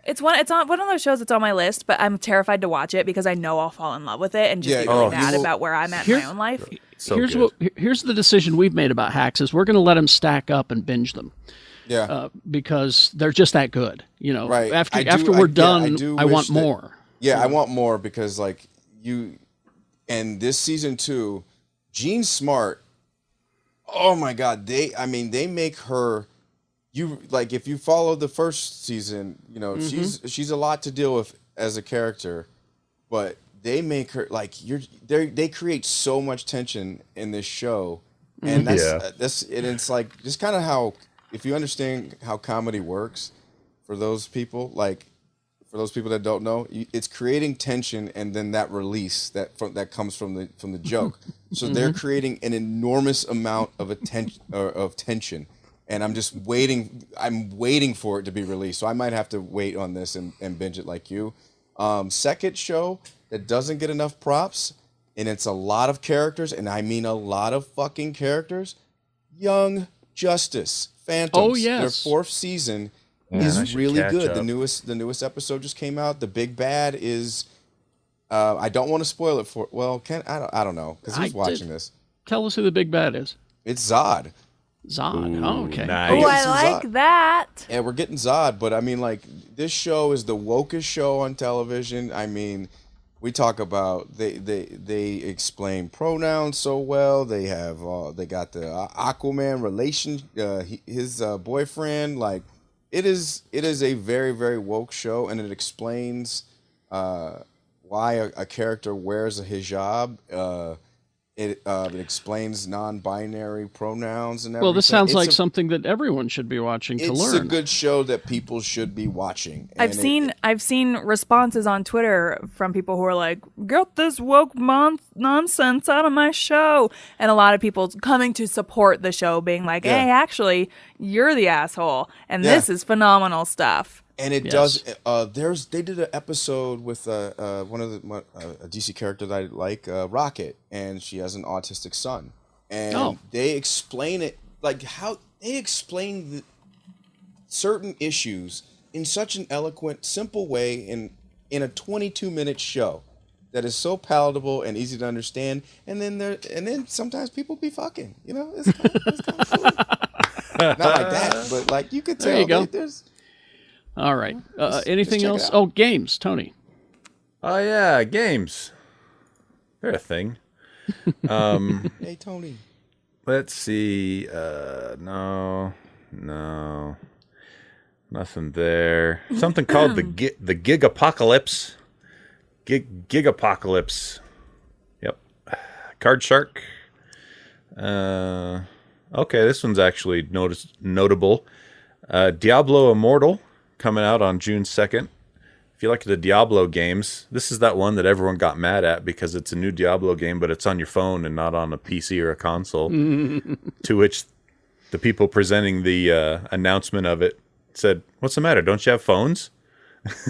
Speaker 6: It's one. It's on one of those shows that's on my list, but I'm terrified to watch it because I know I'll fall in love with it and just
Speaker 2: Yeah,
Speaker 6: be really
Speaker 2: oh,
Speaker 6: mad
Speaker 2: you will-
Speaker 6: about where I'm at in
Speaker 2: Here-
Speaker 6: my own life.
Speaker 2: here's what here- here's the decision we've made about hacks is we're going to let them stack up and binge them.
Speaker 7: Yeah.
Speaker 2: Uh, because they're just that good, you know.
Speaker 7: right.
Speaker 2: After
Speaker 7: I do-
Speaker 2: after
Speaker 7: I-
Speaker 2: we're
Speaker 7: yeah,
Speaker 2: done,
Speaker 7: do
Speaker 2: I,
Speaker 7: wish
Speaker 2: want
Speaker 7: that-
Speaker 2: more.
Speaker 7: Yeah, I want more because like you, and this season two, Gene Smart. Oh my God, they. I mean, they make her. You like if you follow the first season, you know
Speaker 13: Mhm.
Speaker 7: she's she's a lot to deal with as a character, but they make her like you're they they create so much tension in this show, and
Speaker 13: Mhm.
Speaker 7: that's
Speaker 13: Yeah.
Speaker 7: uh, that's and it's like just kind of how if you understand how comedy works, for those people like for those people that don't know, you- it's creating tension and then that release that from, that comes from the from the joke. So they're
Speaker 13: Mhm.
Speaker 7: creating an enormous amount of attention or of tension, and I'm just waiting. I'm waiting for it to be released. So I might have to wait on this and, and binge it like you. Um, second show that doesn't get enough props, and it's a lot of characters, and I mean a lot of fucking characters. Young Justice, Phantoms. Their
Speaker 2: yes.
Speaker 7: fourth season
Speaker 2: Man, I
Speaker 7: is
Speaker 2: should
Speaker 7: really
Speaker 2: catch
Speaker 7: good. The
Speaker 2: up.
Speaker 7: newest the newest episode just came out. The Big Bad is. Uh, I don't want to spoil it for. Well, can I? Don't, I don't know because
Speaker 2: I
Speaker 7: who's
Speaker 2: did-
Speaker 7: watching this?
Speaker 2: Tell us who the big bad is.
Speaker 7: It's Zod.
Speaker 2: Zod. oh, okay.
Speaker 6: Oh, I like that.
Speaker 7: Yeah, we're getting Zod, but I mean, like, this show is the wokest show on television. I mean, we talk about they they they explain pronouns so well. They have uh, they got the uh, Aquaman relation, uh, he- his uh, boyfriend. Like, it is it is a very very woke show, and it explains uh, why a, a character wears a hijab. Uh, it, uh, it explains non-binary pronouns and everything.
Speaker 2: Well, this sounds
Speaker 7: It's
Speaker 2: like
Speaker 7: a-
Speaker 2: something that everyone should be watching to
Speaker 7: it's
Speaker 2: learn.
Speaker 7: a good show that people should be watching.
Speaker 6: I've
Speaker 7: and it-
Speaker 6: seen I've seen responses on Twitter from people who are like, "Get this woke mon- nonsense out of my show," and a lot of people coming to support the show, being like,
Speaker 7: Yeah.
Speaker 6: "Hey, actually, you're the asshole, and
Speaker 7: Yeah.
Speaker 6: this is phenomenal stuff."
Speaker 7: and it does. Uh, there's they did an episode with uh, uh, one of the one, uh, a DC character that I like, uh, Rocket, and she has an autistic son, and
Speaker 13: Oh.
Speaker 7: they explain it like how they explain the, certain issues in such an eloquent, simple way in in a 22 minute show that is so palatable and easy to understand. And then there, and then sometimes people be fucking, you know, it's kind of, it's kind of cool. not like that, but like you could tell.
Speaker 2: There you go.
Speaker 7: they- there's
Speaker 2: All right.
Speaker 7: Let's-
Speaker 2: Uh,
Speaker 7: let's
Speaker 2: anything
Speaker 7: check it
Speaker 2: else?
Speaker 7: out.
Speaker 2: Oh, games, Tony.
Speaker 5: Oh yeah, games. They're a thing. Um,
Speaker 7: hey Tony.
Speaker 5: let's see. Uh, no, no, nothing there. Something called the gi- the gig apocalypse. Gig gig apocalypse. Yep. Card Shark. Uh, okay, this one's actually notice notable. Uh, Diablo Immortal coming out on June second. If you like the Diablo games, this is that one that everyone got mad at because it's a new Diablo game, but it's on your phone and not on a PC or a console. to which the people presenting the uh, announcement of it said, "What's the matter? Don't you have phones?"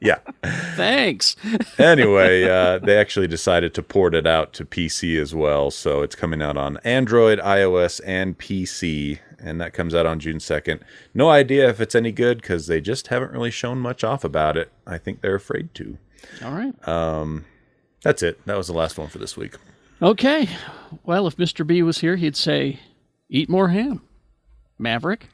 Speaker 5: yeah.
Speaker 2: Thanks.
Speaker 5: anyway, uh, they actually decided to port it out to PC as well, so it's coming out on Android, iOS, and PC, and that comes out on June second. No idea if it's any good because they just haven't really shown much off about it. I think they're afraid to.
Speaker 2: All right.
Speaker 5: Um, that's it. That was the last one for this week.
Speaker 2: Okay. Well, if Mr. B was here, he'd say, "Eat more ham, Maverick."